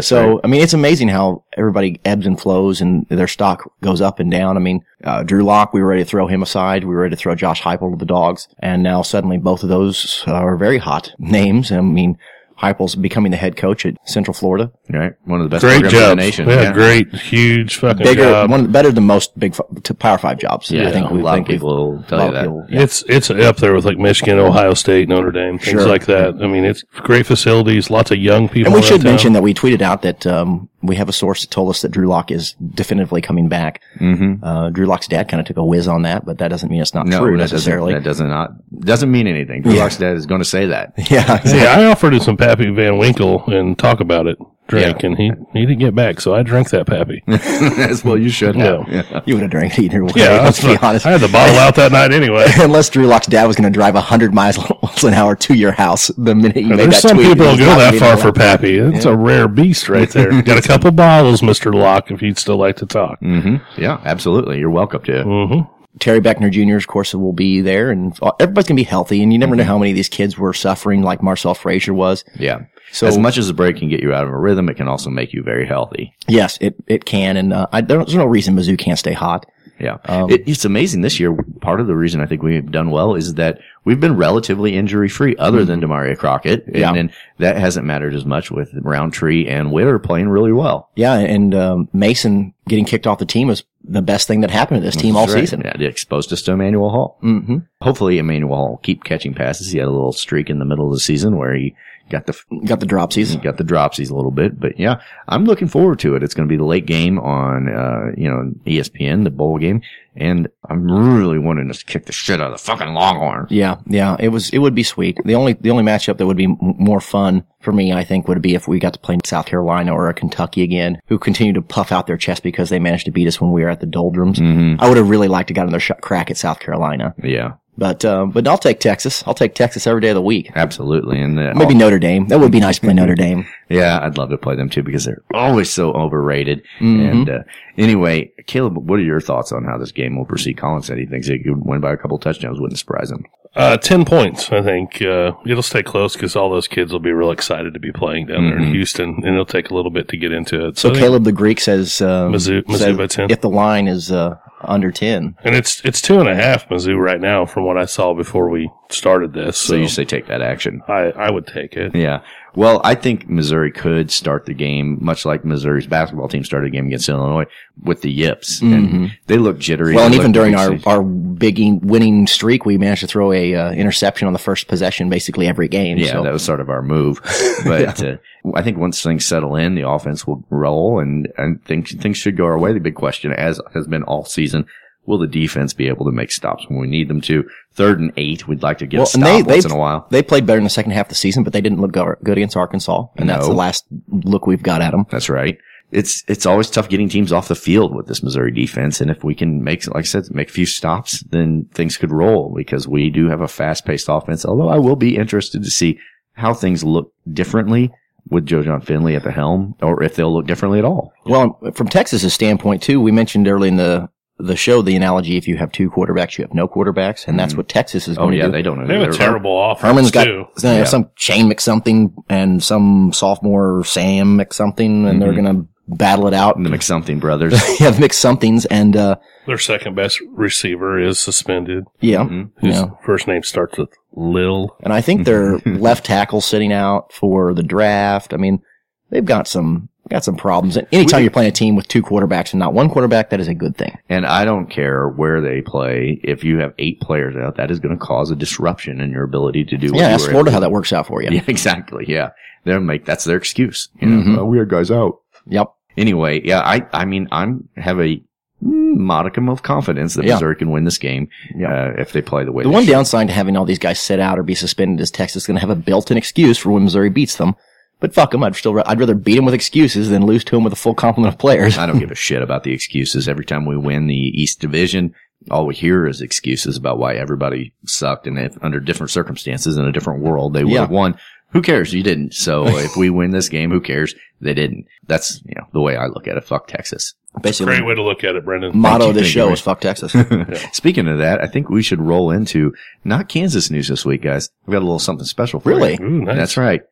Speaker 1: so, I mean, it's amazing how everybody ebbs and flows, and their stock goes up and down. I mean, uh, Drew Lock, we were ready to throw him aside. We were ready to throw Josh Heupel to the dogs, and now suddenly both of those are very hot names. I mean, Heupel's becoming the head coach at Central Florida.
Speaker 6: right, one of the best
Speaker 4: great
Speaker 6: programs
Speaker 4: job.
Speaker 6: in the nation.
Speaker 4: Yeah, great, huge fucking
Speaker 1: Bigger,
Speaker 4: job.
Speaker 1: one of the- better than most big f- to Power Five jobs.
Speaker 6: Yeah,
Speaker 1: I think
Speaker 6: a
Speaker 1: we
Speaker 6: lot of
Speaker 1: think we've-
Speaker 6: people
Speaker 1: a
Speaker 6: tell
Speaker 1: lot
Speaker 6: you
Speaker 1: of
Speaker 6: that.
Speaker 1: people-
Speaker 4: It's it's up there with like Michigan, Ohio State, Notre Dame, things
Speaker 1: Sure.
Speaker 4: like that. I mean, it's great facilities, lots of young
Speaker 1: And
Speaker 4: people.
Speaker 1: we
Speaker 4: around
Speaker 1: should
Speaker 4: town.
Speaker 1: mention that we tweeted out that um, we have a source that told us that Drew Lock is definitively coming back.
Speaker 6: Mm-hmm.
Speaker 1: Uh, Drew Lock's dad kind of took a whiz on that, but that doesn't mean it's not
Speaker 6: No,
Speaker 1: true
Speaker 6: that
Speaker 1: necessarily. (laughs)
Speaker 6: Doesn't, that does not doesn't mean anything. Drew
Speaker 1: Yeah.
Speaker 6: Lock's dad is going to say that.
Speaker 4: (laughs)
Speaker 1: Yeah,
Speaker 4: Hey, I offered him some Pappy Van Winkle and talk about it. Drink, and he he didn't get back, so I drank
Speaker 1: (laughs)
Speaker 4: that Pappy.
Speaker 6: As well, you should
Speaker 4: No.
Speaker 6: have. Yeah.
Speaker 1: you would have drank it either way.
Speaker 4: (laughs) Yeah,
Speaker 1: let's
Speaker 4: that's
Speaker 1: be
Speaker 4: what-
Speaker 1: honest.
Speaker 4: I had the bottle out that night anyway.
Speaker 1: (laughs) Unless Drew Lock's dad was going to drive hundred miles (laughs) an hour to your house the minute you made
Speaker 4: There's
Speaker 1: that
Speaker 4: some
Speaker 1: tweet,
Speaker 4: people
Speaker 1: it
Speaker 4: who
Speaker 1: was
Speaker 4: go
Speaker 1: not
Speaker 4: that
Speaker 1: made
Speaker 4: far
Speaker 1: on
Speaker 4: for
Speaker 1: laptop.
Speaker 4: Pappy. It's a rare
Speaker 1: (laughs)
Speaker 4: beast right there. Got a couple bottles, Mister Locke, if you'd still like to talk.
Speaker 6: Mm-hmm. Yeah, absolutely. You're welcome to.
Speaker 4: Mm-hmm.
Speaker 1: Terry Beckner Jr. of course will be there, and everybody's going to be healthy. And you never know
Speaker 6: Mm-hmm.
Speaker 1: how many of these kids were suffering, like Marcel Frazier was.
Speaker 6: Yeah.
Speaker 1: So-
Speaker 6: as much as a break can get you out of a rhythm, it can also make you very healthy.
Speaker 1: Yes, it, it can, and uh, I, there's no reason Mizzou can't stay hot.
Speaker 6: Yeah. It, it's amazing this year. Part of the reason I think we've done well is that we've been relatively injury free other than Demaria Crockett. And,
Speaker 1: Mm-hmm. Yeah.
Speaker 6: and that hasn't mattered as much with Roundtree and Witter playing really well.
Speaker 1: Yeah, and um, Mason getting kicked off the team is the best thing that happened to this team all
Speaker 6: That's right.
Speaker 1: season.
Speaker 6: Yeah, they exposed us to Emmanuel Hall.
Speaker 1: Mm-hmm.
Speaker 6: Hopefully Emmanuel Hall will keep catching passes. He had a little streak in the middle of the season where he got the
Speaker 1: got the dropsies,
Speaker 6: got the dropsies a little bit. But yeah, I'm looking forward to it. It's going to be the late game on uh, you know ESPN, the bowl game, and I'm really wanting us to kick the shit out of the fucking Longhorns.
Speaker 1: Yeah, yeah, it was it would be sweet. The only the only matchup that would be m- more fun for me, I think, would be if we got to play South Carolina or a Kentucky again, who continue to puff out their chest because they managed to beat us when we were at the doldrums.
Speaker 6: Mm-hmm.
Speaker 1: I would have really liked to got another shot crack at South Carolina,
Speaker 6: Yeah,
Speaker 1: but um, but I'll take Texas. I'll take Texas every day of the week.
Speaker 6: absolutely. And uh,
Speaker 1: Maybe Notre Dame. That would be nice to play Notre
Speaker 4: (laughs)
Speaker 1: Dame.
Speaker 6: Yeah, I'd love to play them too because they're always so overrated.
Speaker 1: Mhm.
Speaker 6: And uh, anyway, Caleb, what are your thoughts on how this game will proceed? Colin said he thinks it could win by a couple touchdowns. Wouldn't surprise him.
Speaker 4: Uh, 10 points, I think. Uh, it'll stay close because all those kids will be real excited to be playing down there in
Speaker 1: Mhm.
Speaker 4: Houston, and it'll take a little bit to get into it.
Speaker 1: So
Speaker 4: I think-
Speaker 1: Caleb the Greek says, um,
Speaker 4: Mizzou- Mizzou
Speaker 1: says
Speaker 4: by 10.
Speaker 1: if the line is uh, under ten.
Speaker 4: And it's it's two and a half Mizzou right now from what I saw before we started this. So,
Speaker 6: you say take that action.
Speaker 4: I, I would take it.
Speaker 6: Yeah. Well, I think Missouri could start the game much like Missouri's basketball team started the game against Illinois with the yips,
Speaker 1: Mhm.
Speaker 6: and they look jittery.
Speaker 1: Well, and
Speaker 6: They
Speaker 1: even
Speaker 6: look
Speaker 1: during our,
Speaker 6: anxious.
Speaker 1: our big in- winning streak, we managed to throw a uh, interception on the first possession basically every game.
Speaker 6: Yeah,
Speaker 1: so.
Speaker 6: that was sort of our
Speaker 1: (laughs)
Speaker 6: move. But uh, I think once things settle in, the offense will roll, and and things things should go our way. The big question, as has been all season, will the defense be able to make stops when we need them to? Third and eight, we'd like to get a stop once in a while.
Speaker 1: They played better in the second half of the season, but they didn't look go- good against Arkansas, and that's
Speaker 6: No.
Speaker 1: the last look we've got at them.
Speaker 6: That's right. It's it's always tough getting teams off the field with this Missouri defense, and if we can make like I said, make a few stops, then things could roll because we do have a fast paced offense. Although I will be interested to see how things look differently with Joe John Finley at the helm, or if they'll look differently at all.
Speaker 1: Well, from Texas's standpoint too, we mentioned early in the the show the analogy: if you have two quarterbacks, you have no quarterbacks, and that's what Texas is
Speaker 6: Oh,
Speaker 1: going to
Speaker 6: yeah,
Speaker 1: do.
Speaker 6: they don't know.
Speaker 4: They have a
Speaker 6: They're-
Speaker 4: terrible offense,
Speaker 1: Herman's got
Speaker 4: too.
Speaker 1: they have
Speaker 4: Yeah.
Speaker 1: some Shane McSomething and some sophomore Sam McSomething, and they're
Speaker 6: Mm-hmm.
Speaker 4: Mhm.
Speaker 1: going to battle it out. (laughs)
Speaker 6: The McSomething brothers. (laughs)
Speaker 1: yeah, the McSomethings, and uh,
Speaker 4: Their second best receiver is suspended.
Speaker 1: Yeah.
Speaker 6: Mm-hmm.
Speaker 4: His
Speaker 1: Yeah.
Speaker 4: first name starts with Lil.
Speaker 1: and I think
Speaker 6: (laughs)
Speaker 1: their left tackle sitting out for the draft. I mean, they've got some got some problems. And anytime you're playing a team with two quarterbacks and not one quarterback, that is a good thing.
Speaker 6: And I don't care where they play. If you have eight players out, that is going to cause a disruption in your ability to do. what
Speaker 1: yeah,
Speaker 6: you
Speaker 1: ask
Speaker 6: were
Speaker 1: Florida
Speaker 6: able
Speaker 1: how
Speaker 6: to
Speaker 1: that works out for you.
Speaker 6: (laughs) Yeah, exactly. Yeah, they're make that's their excuse. You know,
Speaker 1: Mhm.
Speaker 6: "Oh, we had guys out.
Speaker 1: Yep.
Speaker 6: Anyway, yeah, I I mean I'm have a modicum of confidence that
Speaker 1: Yeah.
Speaker 6: Missouri can win this game uh, if they play the way.
Speaker 1: The
Speaker 6: they
Speaker 1: one
Speaker 6: should.
Speaker 1: downside to having all these guys sit out or be suspended is Texas is going to have a built-in excuse for when Missouri beats them. But fuck them, I'd still ra- I'd rather beat them with excuses than lose to them with a full complement of players.
Speaker 6: I don't give a shit about the excuses. Every time we win the East Division, all we hear is excuses about why everybody sucked and if under different circumstances in a different world they would
Speaker 1: Yeah.
Speaker 6: have won. Who cares? You
Speaker 1: (laughs)
Speaker 6: didn't. So if we win this game, who cares? They didn't. That's you know the way I look at it. Fuck Texas.
Speaker 1: Basically,
Speaker 4: Great way to look at it, Brendan.
Speaker 1: motto of
Speaker 6: Thank you,
Speaker 1: this
Speaker 6: thank you,
Speaker 1: show
Speaker 6: man.
Speaker 1: is fuck Texas. (laughs)
Speaker 6: (laughs) Speaking of that, I think we should roll into not Kansas news this week, guys. We've got a little something special for
Speaker 4: (laughs)
Speaker 1: Really?
Speaker 6: you.
Speaker 1: Ooh, nice.
Speaker 6: That's right.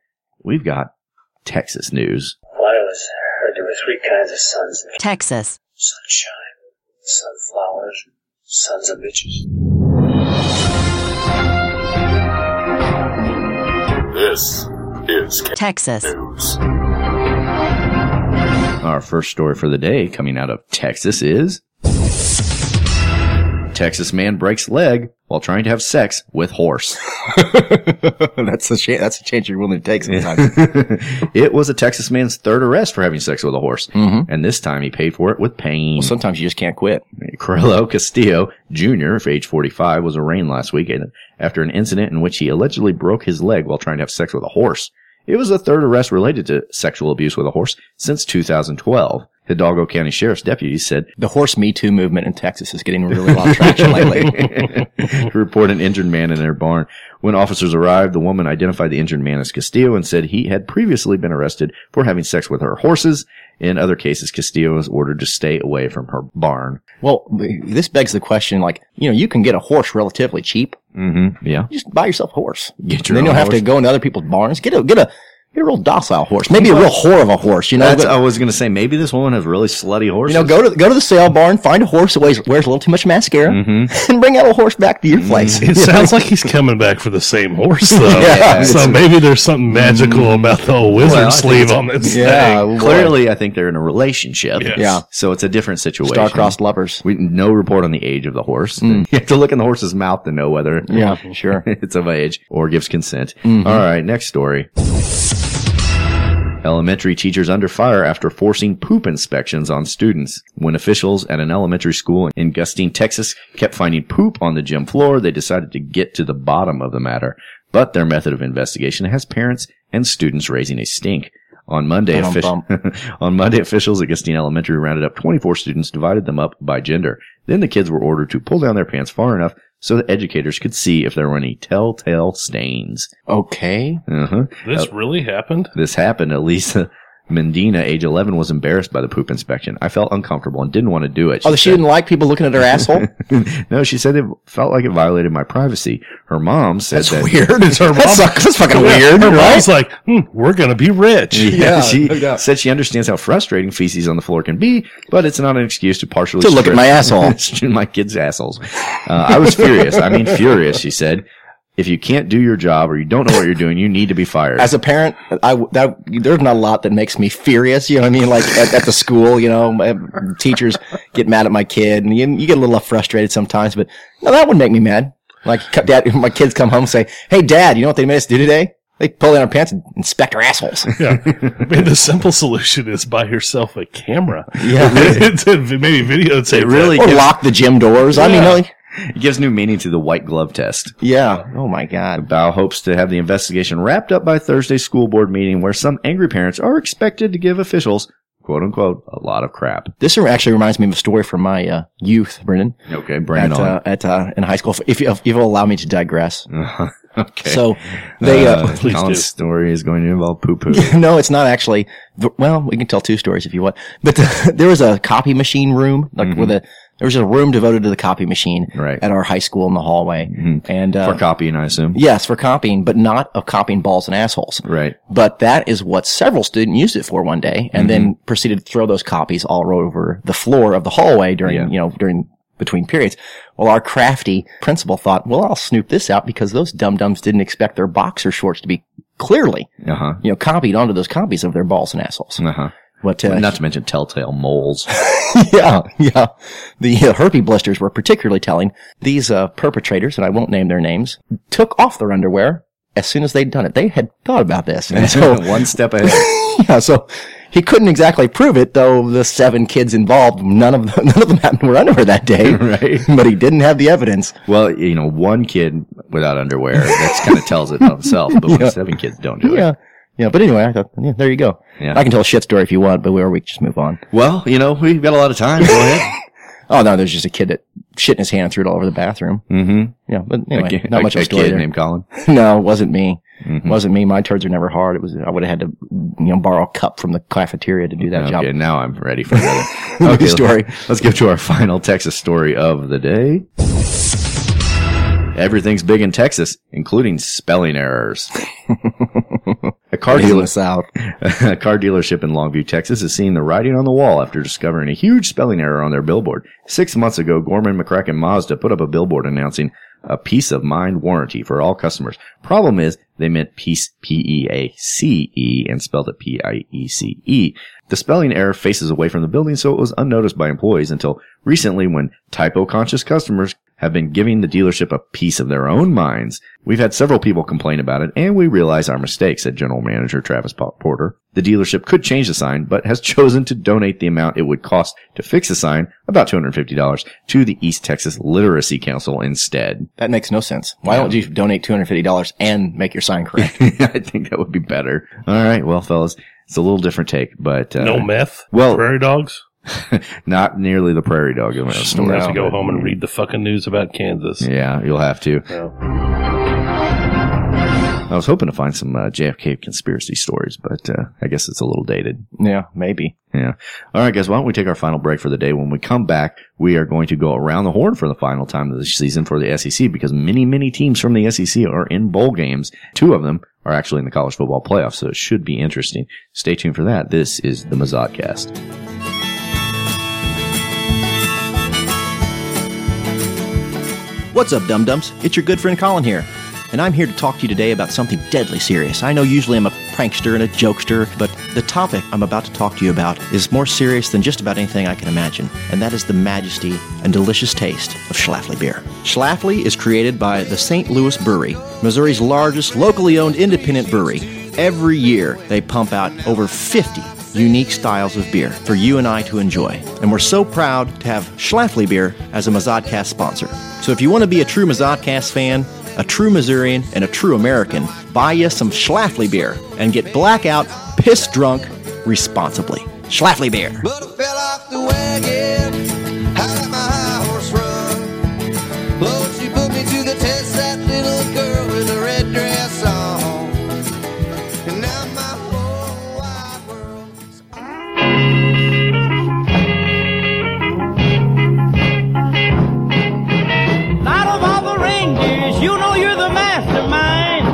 Speaker 6: We've got Texas news.
Speaker 10: Well, I always heard there were three kinds of sons.
Speaker 11: Texas.
Speaker 10: Sunshine, sunflowers, sons of bitches.
Speaker 12: This is
Speaker 11: Texas.
Speaker 6: Our first story for the day coming out of Texas is Texas man breaks leg while trying to have sex with horse. (laughs)
Speaker 1: that's a cha- that's a chance you're willing to take sometimes.
Speaker 6: it was a Texas man's third arrest for having sex with a horse,
Speaker 1: Mhm.
Speaker 6: and this time he paid for it with pain. Well,
Speaker 1: sometimes you just can't quit.
Speaker 6: Carlo Castillo Jr., of age 45, was arraigned last week and- after an incident in which he allegedly broke his leg while trying to have sex with a horse. It was the third arrest related to sexual abuse with a horse since 2012. Hidalgo County Sheriff's
Speaker 1: (laughs)
Speaker 6: deputies said (laughs)
Speaker 1: the horse Me Too movement in Texas is getting really a lot of traction
Speaker 4: (laughs)
Speaker 1: lately.
Speaker 6: to report an injured man in their barn. When officers arrived, the woman identified the injured man as Castillo and said he had previously been arrested for having sex with her horses. In other cases, Castillo was ordered to stay away from her barn.
Speaker 1: Well, this begs the question: like, you know, you can get a horse relatively cheap.
Speaker 6: Mm-hmm. Yeah.
Speaker 1: Just buy yourself a horse.
Speaker 6: Get your
Speaker 1: then
Speaker 6: own
Speaker 1: you'll have to
Speaker 6: horse.
Speaker 1: go into other people's barns. Get a get a a real docile horse, maybe a real whore of a horse. You know,
Speaker 6: That's- I was going to say maybe this woman has really slutty horses.
Speaker 1: you know, go to go to the sale barn, find a horse that weighs, wears a little too much mascara, (laughs) and bring out a horse back to your place.
Speaker 4: (laughs) Mm-hmm. It sounds like he's coming back for the same horse, though.
Speaker 1: Yeah,
Speaker 4: so
Speaker 1: it's-
Speaker 4: maybe there's something magical about the old wizard
Speaker 6: Well, I think
Speaker 4: sleeve
Speaker 6: it's-
Speaker 4: on this
Speaker 6: yeah,
Speaker 4: thing.
Speaker 6: Clearly, I think they're in a relationship.
Speaker 4: Yes. Yeah.
Speaker 6: So it's a different situation.
Speaker 1: Star-crossed lovers. Mm.
Speaker 6: We no report on the age of the horse. (laughs) You have to look in the horse's mouth to know whether
Speaker 1: Yeah, sure.
Speaker 6: (laughs) it's of age or gives consent.
Speaker 1: Mhm.
Speaker 6: All right, next story. Elementary teachers under fire after forcing poop inspections on students. When officials at an elementary school in Gustine, Texas kept finding poop on the gym floor, they decided to get to the bottom of the matter. But their method of investigation has parents and students raising a stink. On Monday,
Speaker 1: Bum,
Speaker 6: offici- (laughs) on Monday, officials at Gustine Elementary rounded up 24 students, divided them up by gender. Then the kids were ordered to pull down their pants far enough so that educators could see if there were any telltale stains.
Speaker 1: Okay.
Speaker 6: Uh-huh.
Speaker 4: This
Speaker 6: Uh,
Speaker 4: really happened?
Speaker 6: this happened. At least (laughs) uh, Mendina, age 11, was embarrassed by the poop inspection. I felt uncomfortable and didn't want to do it.
Speaker 1: Oh, she
Speaker 6: said.
Speaker 1: didn't like people
Speaker 6: (laughs)
Speaker 1: looking at her asshole.
Speaker 6: no, she said it felt like it violated my privacy. Her mom said
Speaker 1: That's (laughs)
Speaker 6: that
Speaker 1: weird. It's her That's mom. fuck- that's fucking
Speaker 6: Yeah,
Speaker 1: weird,
Speaker 6: Her
Speaker 1: right?
Speaker 6: mom's
Speaker 4: like, hmm, we're gonna be rich. (laughs)
Speaker 6: (laughs) Yeah,
Speaker 1: Yeah,
Speaker 6: she
Speaker 1: no doubt.
Speaker 6: said she understands how frustrating feces on the floor can be, but it's not an excuse to partially
Speaker 1: To look at
Speaker 6: strip-
Speaker 1: my
Speaker 6: (laughs)
Speaker 1: asshole.
Speaker 6: strip my kids' assholes. Uh, I was furious. I mean, furious. She said, "If you can't do your job or you don't know what you're doing, you need to be fired."
Speaker 1: As a parent, I w- that there's not a lot that makes me furious. You know what I mean? Like at, at the school, you know, my- teachers get mad at my kid, and you, you get a little frustrated sometimes. But no, that would make me mad. Like c- dad, (laughs) my kids come home and say, "Hey, dad, you know what they made us do today? They pull down our pants and inspect our
Speaker 4: (laughs)
Speaker 1: assholes." (laughs)
Speaker 4: Yeah. I mean, the simple solution is buy yourself a camera.
Speaker 1: (laughs) Yeah.
Speaker 4: (laughs) It's a- maybe videotape.
Speaker 6: It really
Speaker 1: or
Speaker 6: gives-
Speaker 1: lock the gym doors. I mean,
Speaker 6: Yeah.
Speaker 1: like,
Speaker 6: It gives new meaning to the white glove test.
Speaker 1: yeah. Oh my god.
Speaker 6: Bow hopes to have the investigation wrapped up by Thursday's school board meeting, where some angry parents are expected to give officials, quote unquote, a lot of crap.
Speaker 1: This actually reminds me of a story from my uh, youth, Brendan.
Speaker 6: Okay, bring it
Speaker 1: at,
Speaker 6: on.
Speaker 1: Uh, at uh, in high school, if, you, if you'll allow me to digress.
Speaker 6: (laughs) okay.
Speaker 1: uh, So they uh,
Speaker 6: Colin's story is going to involve
Speaker 1: (laughs)
Speaker 6: poo poo.
Speaker 1: no, it's not actually. But- Well, we can tell two stories if you want. But the, (laughs) there was a copy machine room, like with a there was a room devoted to the copy machine
Speaker 6: Mm-hmm. Right. Mm-hmm.
Speaker 1: at our high school in the hallway, and uh,
Speaker 6: For copying, I assume.
Speaker 1: yes, for copying, but not of copying balls and assholes.
Speaker 6: Right.
Speaker 1: But that is what several students used it for one day, and then
Speaker 6: Mm-hmm.
Speaker 1: proceeded to throw those copies all over the floor of the hallway during
Speaker 6: Yeah.
Speaker 1: you know during between periods. Well, our crafty principal thought, well, I'll snoop this out because those dum dums didn't expect their boxer shorts to be clearly
Speaker 6: Uh huh.
Speaker 1: you know, copied onto those copies of their balls and assholes.
Speaker 6: Uh huh.
Speaker 1: But uh, (laughs)
Speaker 6: Not to mention telltale moles. (laughs)
Speaker 1: yeah, yeah, the uh, herpes blisters were particularly telling. These uh, perpetrators, and I won't name their names, took off their underwear as soon as they'd done it. They had thought about this,
Speaker 6: (laughs)
Speaker 1: and so
Speaker 6: One step
Speaker 1: (laughs)
Speaker 6: ahead.
Speaker 1: yeah, so he couldn't exactly prove it, though the seven kids involved, none of them, (laughs) none of them happened to wear underwear that day,
Speaker 6: (laughs) Right.
Speaker 1: But he didn't have the evidence.
Speaker 6: Well, you know, one kid without underwear, that kind of tells it on itself, but
Speaker 1: (laughs)
Speaker 6: when seven kids don't do
Speaker 1: Yeah,
Speaker 6: it.
Speaker 1: yeah. But anyway, I thought, yeah, there you go.
Speaker 6: Yeah.
Speaker 1: I can tell a shit story if you want, but we're we can just move on.
Speaker 6: Well, you know, we've got a lot of time. Go
Speaker 1: (laughs)
Speaker 6: ahead.
Speaker 1: Oh no, there's just a kid that shit in his hand and threw it all over the bathroom.
Speaker 6: Mm-hmm.
Speaker 1: Yeah, but anyway, not much
Speaker 6: a
Speaker 1: of a story
Speaker 6: kid
Speaker 1: there.
Speaker 6: named Mm-hmm.
Speaker 1: (laughs)
Speaker 6: Colin.
Speaker 1: No, it wasn't me. Wasn't me. My turds are never hard. It was I would have had to you know borrow a cup from the cafeteria to do that
Speaker 6: Okay,
Speaker 1: job.
Speaker 6: now I'm
Speaker 1: (laughs)
Speaker 6: ready for another
Speaker 1: New
Speaker 6: okay,
Speaker 1: story.
Speaker 6: Let's, let's get to our final Texas story of the day. Everything's big in Texas, including
Speaker 1: (laughs)
Speaker 6: spelling errors. a car
Speaker 1: Raising
Speaker 6: dealer,
Speaker 1: the South.
Speaker 6: a (laughs) car dealership in Longview, Texas, is seeing the writing on the wall after discovering a huge spelling error on their billboard. Six months ago, Gorman McCracken Mazda put up a billboard announcing a peace of mind warranty for all customers. Problem is, they meant peace, E P-E-A-C-E, E, and spelled it P-I-E-C-E. E. The spelling error faces away from the building, so it was unnoticed by employees until recently when typo-conscious customers have been giving the dealership a piece of their own minds. We've had several people complain about it, and we realize our mistake, said General Manager Travis Po- Porter. The dealership could change the sign, but has (laughs) chosen to donate the amount it would cost to fix the sign, about $250, to the East Texas Literacy Council instead. (laughs)
Speaker 1: That makes no sense. Why don't you donate two hundred fifty dollars and make your sign correct?
Speaker 6: I think that would be better. All right, well, fellas, it's a little different take, but uh,
Speaker 4: No meth?
Speaker 6: Well-
Speaker 4: prairie dogs?
Speaker 6: (laughs) not nearly the prairie dog in my
Speaker 4: I'm
Speaker 6: story.
Speaker 4: gonna have to go home and read the fucking news about Kansas.
Speaker 6: Yeah, you'll have to.
Speaker 4: No.
Speaker 6: I was hoping to find some uh, JFK conspiracy stories, but uh, I guess it's a little dated.
Speaker 1: Yeah, maybe.
Speaker 6: Yeah. All right, guys. Why don't we take our final break for the day? When we come back, we are going to go around the horn for the final time of the season for the SEC because many, many teams from the SEC are in bowl games. Two of them are actually in the college football playoffs, so it should be interesting. Stay tuned for that. This is the Mazodcast.
Speaker 1: What's up, Dum Dums? It's your good friend Colin here, and I'm here to talk to you today about something deadly serious. I know usually I'm a prankster and a jokester, but the topic I'm about to talk to you about is more serious than just about anything I can imagine, and that is the majesty and delicious taste of Schlafly beer. Schlafly is created by the St. Louis Brewery, Missouri's largest locally owned independent brewery. Every year, they pump out over 50 unique styles of beer for you and I to enjoy. And we're so proud to have Schlafly Beer as a Mazodcast sponsor. So if you want to be a true Mazodcast fan, a true Missourian, and a true American, buy you some Schlafly Beer and get blackout, piss drunk responsibly. Schlafly Beer.
Speaker 9: Light of all the reindeers, you know you're the mastermind.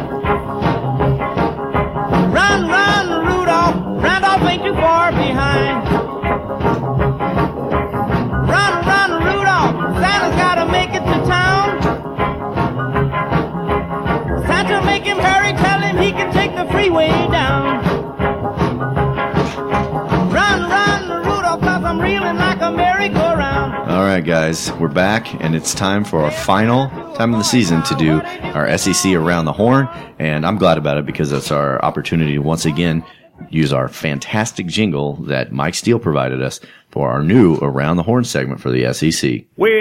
Speaker 9: Run, run, Rudolph, Randolph ain't too far behind. Run, run, Rudolph, Santa's gotta make it to town. Santa make him hurry, tell him he can take the freeway down. Run, run, Rudolph, cause I'm reeling like a merry-go-round.
Speaker 6: All right, guys, we're back, and it's time for our final time of the season to do our SEC Around the Horn. And I'm glad about it because it's our opportunity to once again use our fantastic jingle that Mike Steele provided us for our new Around the Horn segment for the E SEC.
Speaker 3: We,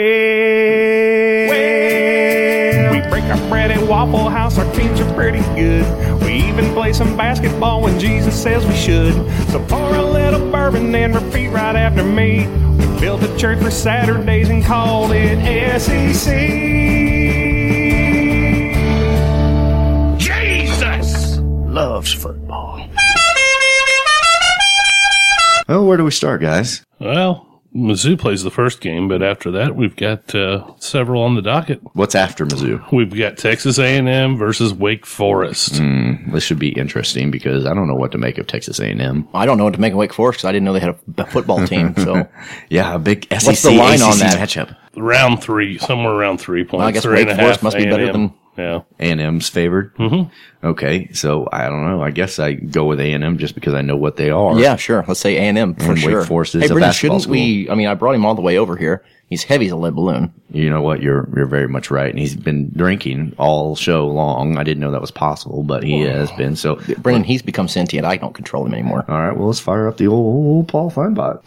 Speaker 3: we break our bread at Waffle House. Our teams are pretty good. We even play some basketball when Jesus says we should. So pour a little bourbon and repeat right after me. We built a church for Saturdays and called it SEC. Jesus loves football.
Speaker 6: Well, where do we start, guys?
Speaker 4: Well, Mizzou plays the first game, but after that, we've got uh, several on the docket.
Speaker 6: What's after Mizzou?
Speaker 4: We've got Texas A&M versus Wake Forest.
Speaker 6: Mm, this should be interesting because I don't know what to make of Texas A&M.
Speaker 1: I don't know what to make of Wake Forest because I didn't know they had a b- football team. (laughs) So
Speaker 6: yeah, a big SEC
Speaker 1: what's the line on
Speaker 6: ACC
Speaker 1: that
Speaker 6: matchup?
Speaker 4: Round three, somewhere around three points.
Speaker 1: Well, I guess
Speaker 4: three
Speaker 1: Wake Forest must be better than- (laughs)
Speaker 4: yeah.
Speaker 6: A&M's favored. Mm-hmm. Okay, so I don't know. I guess I go with A&M just because I know what they are.
Speaker 1: Yeah, sure. Let's say A and M for
Speaker 6: And Wake
Speaker 1: sure.
Speaker 6: Forest is
Speaker 1: hey,
Speaker 6: a
Speaker 1: Brendan,
Speaker 6: basketball
Speaker 1: shouldn't we? I mean, I brought him all the way over here. He's heavy as a lead balloon.
Speaker 6: You know what? You're you're very much right. And he's been drinking all show long. I didn't know that was possible, but he has been. So
Speaker 1: Brendan, he's become sentient. I don't control him anymore.
Speaker 6: All right, well, let's fire up the old, old Paul Feinbot.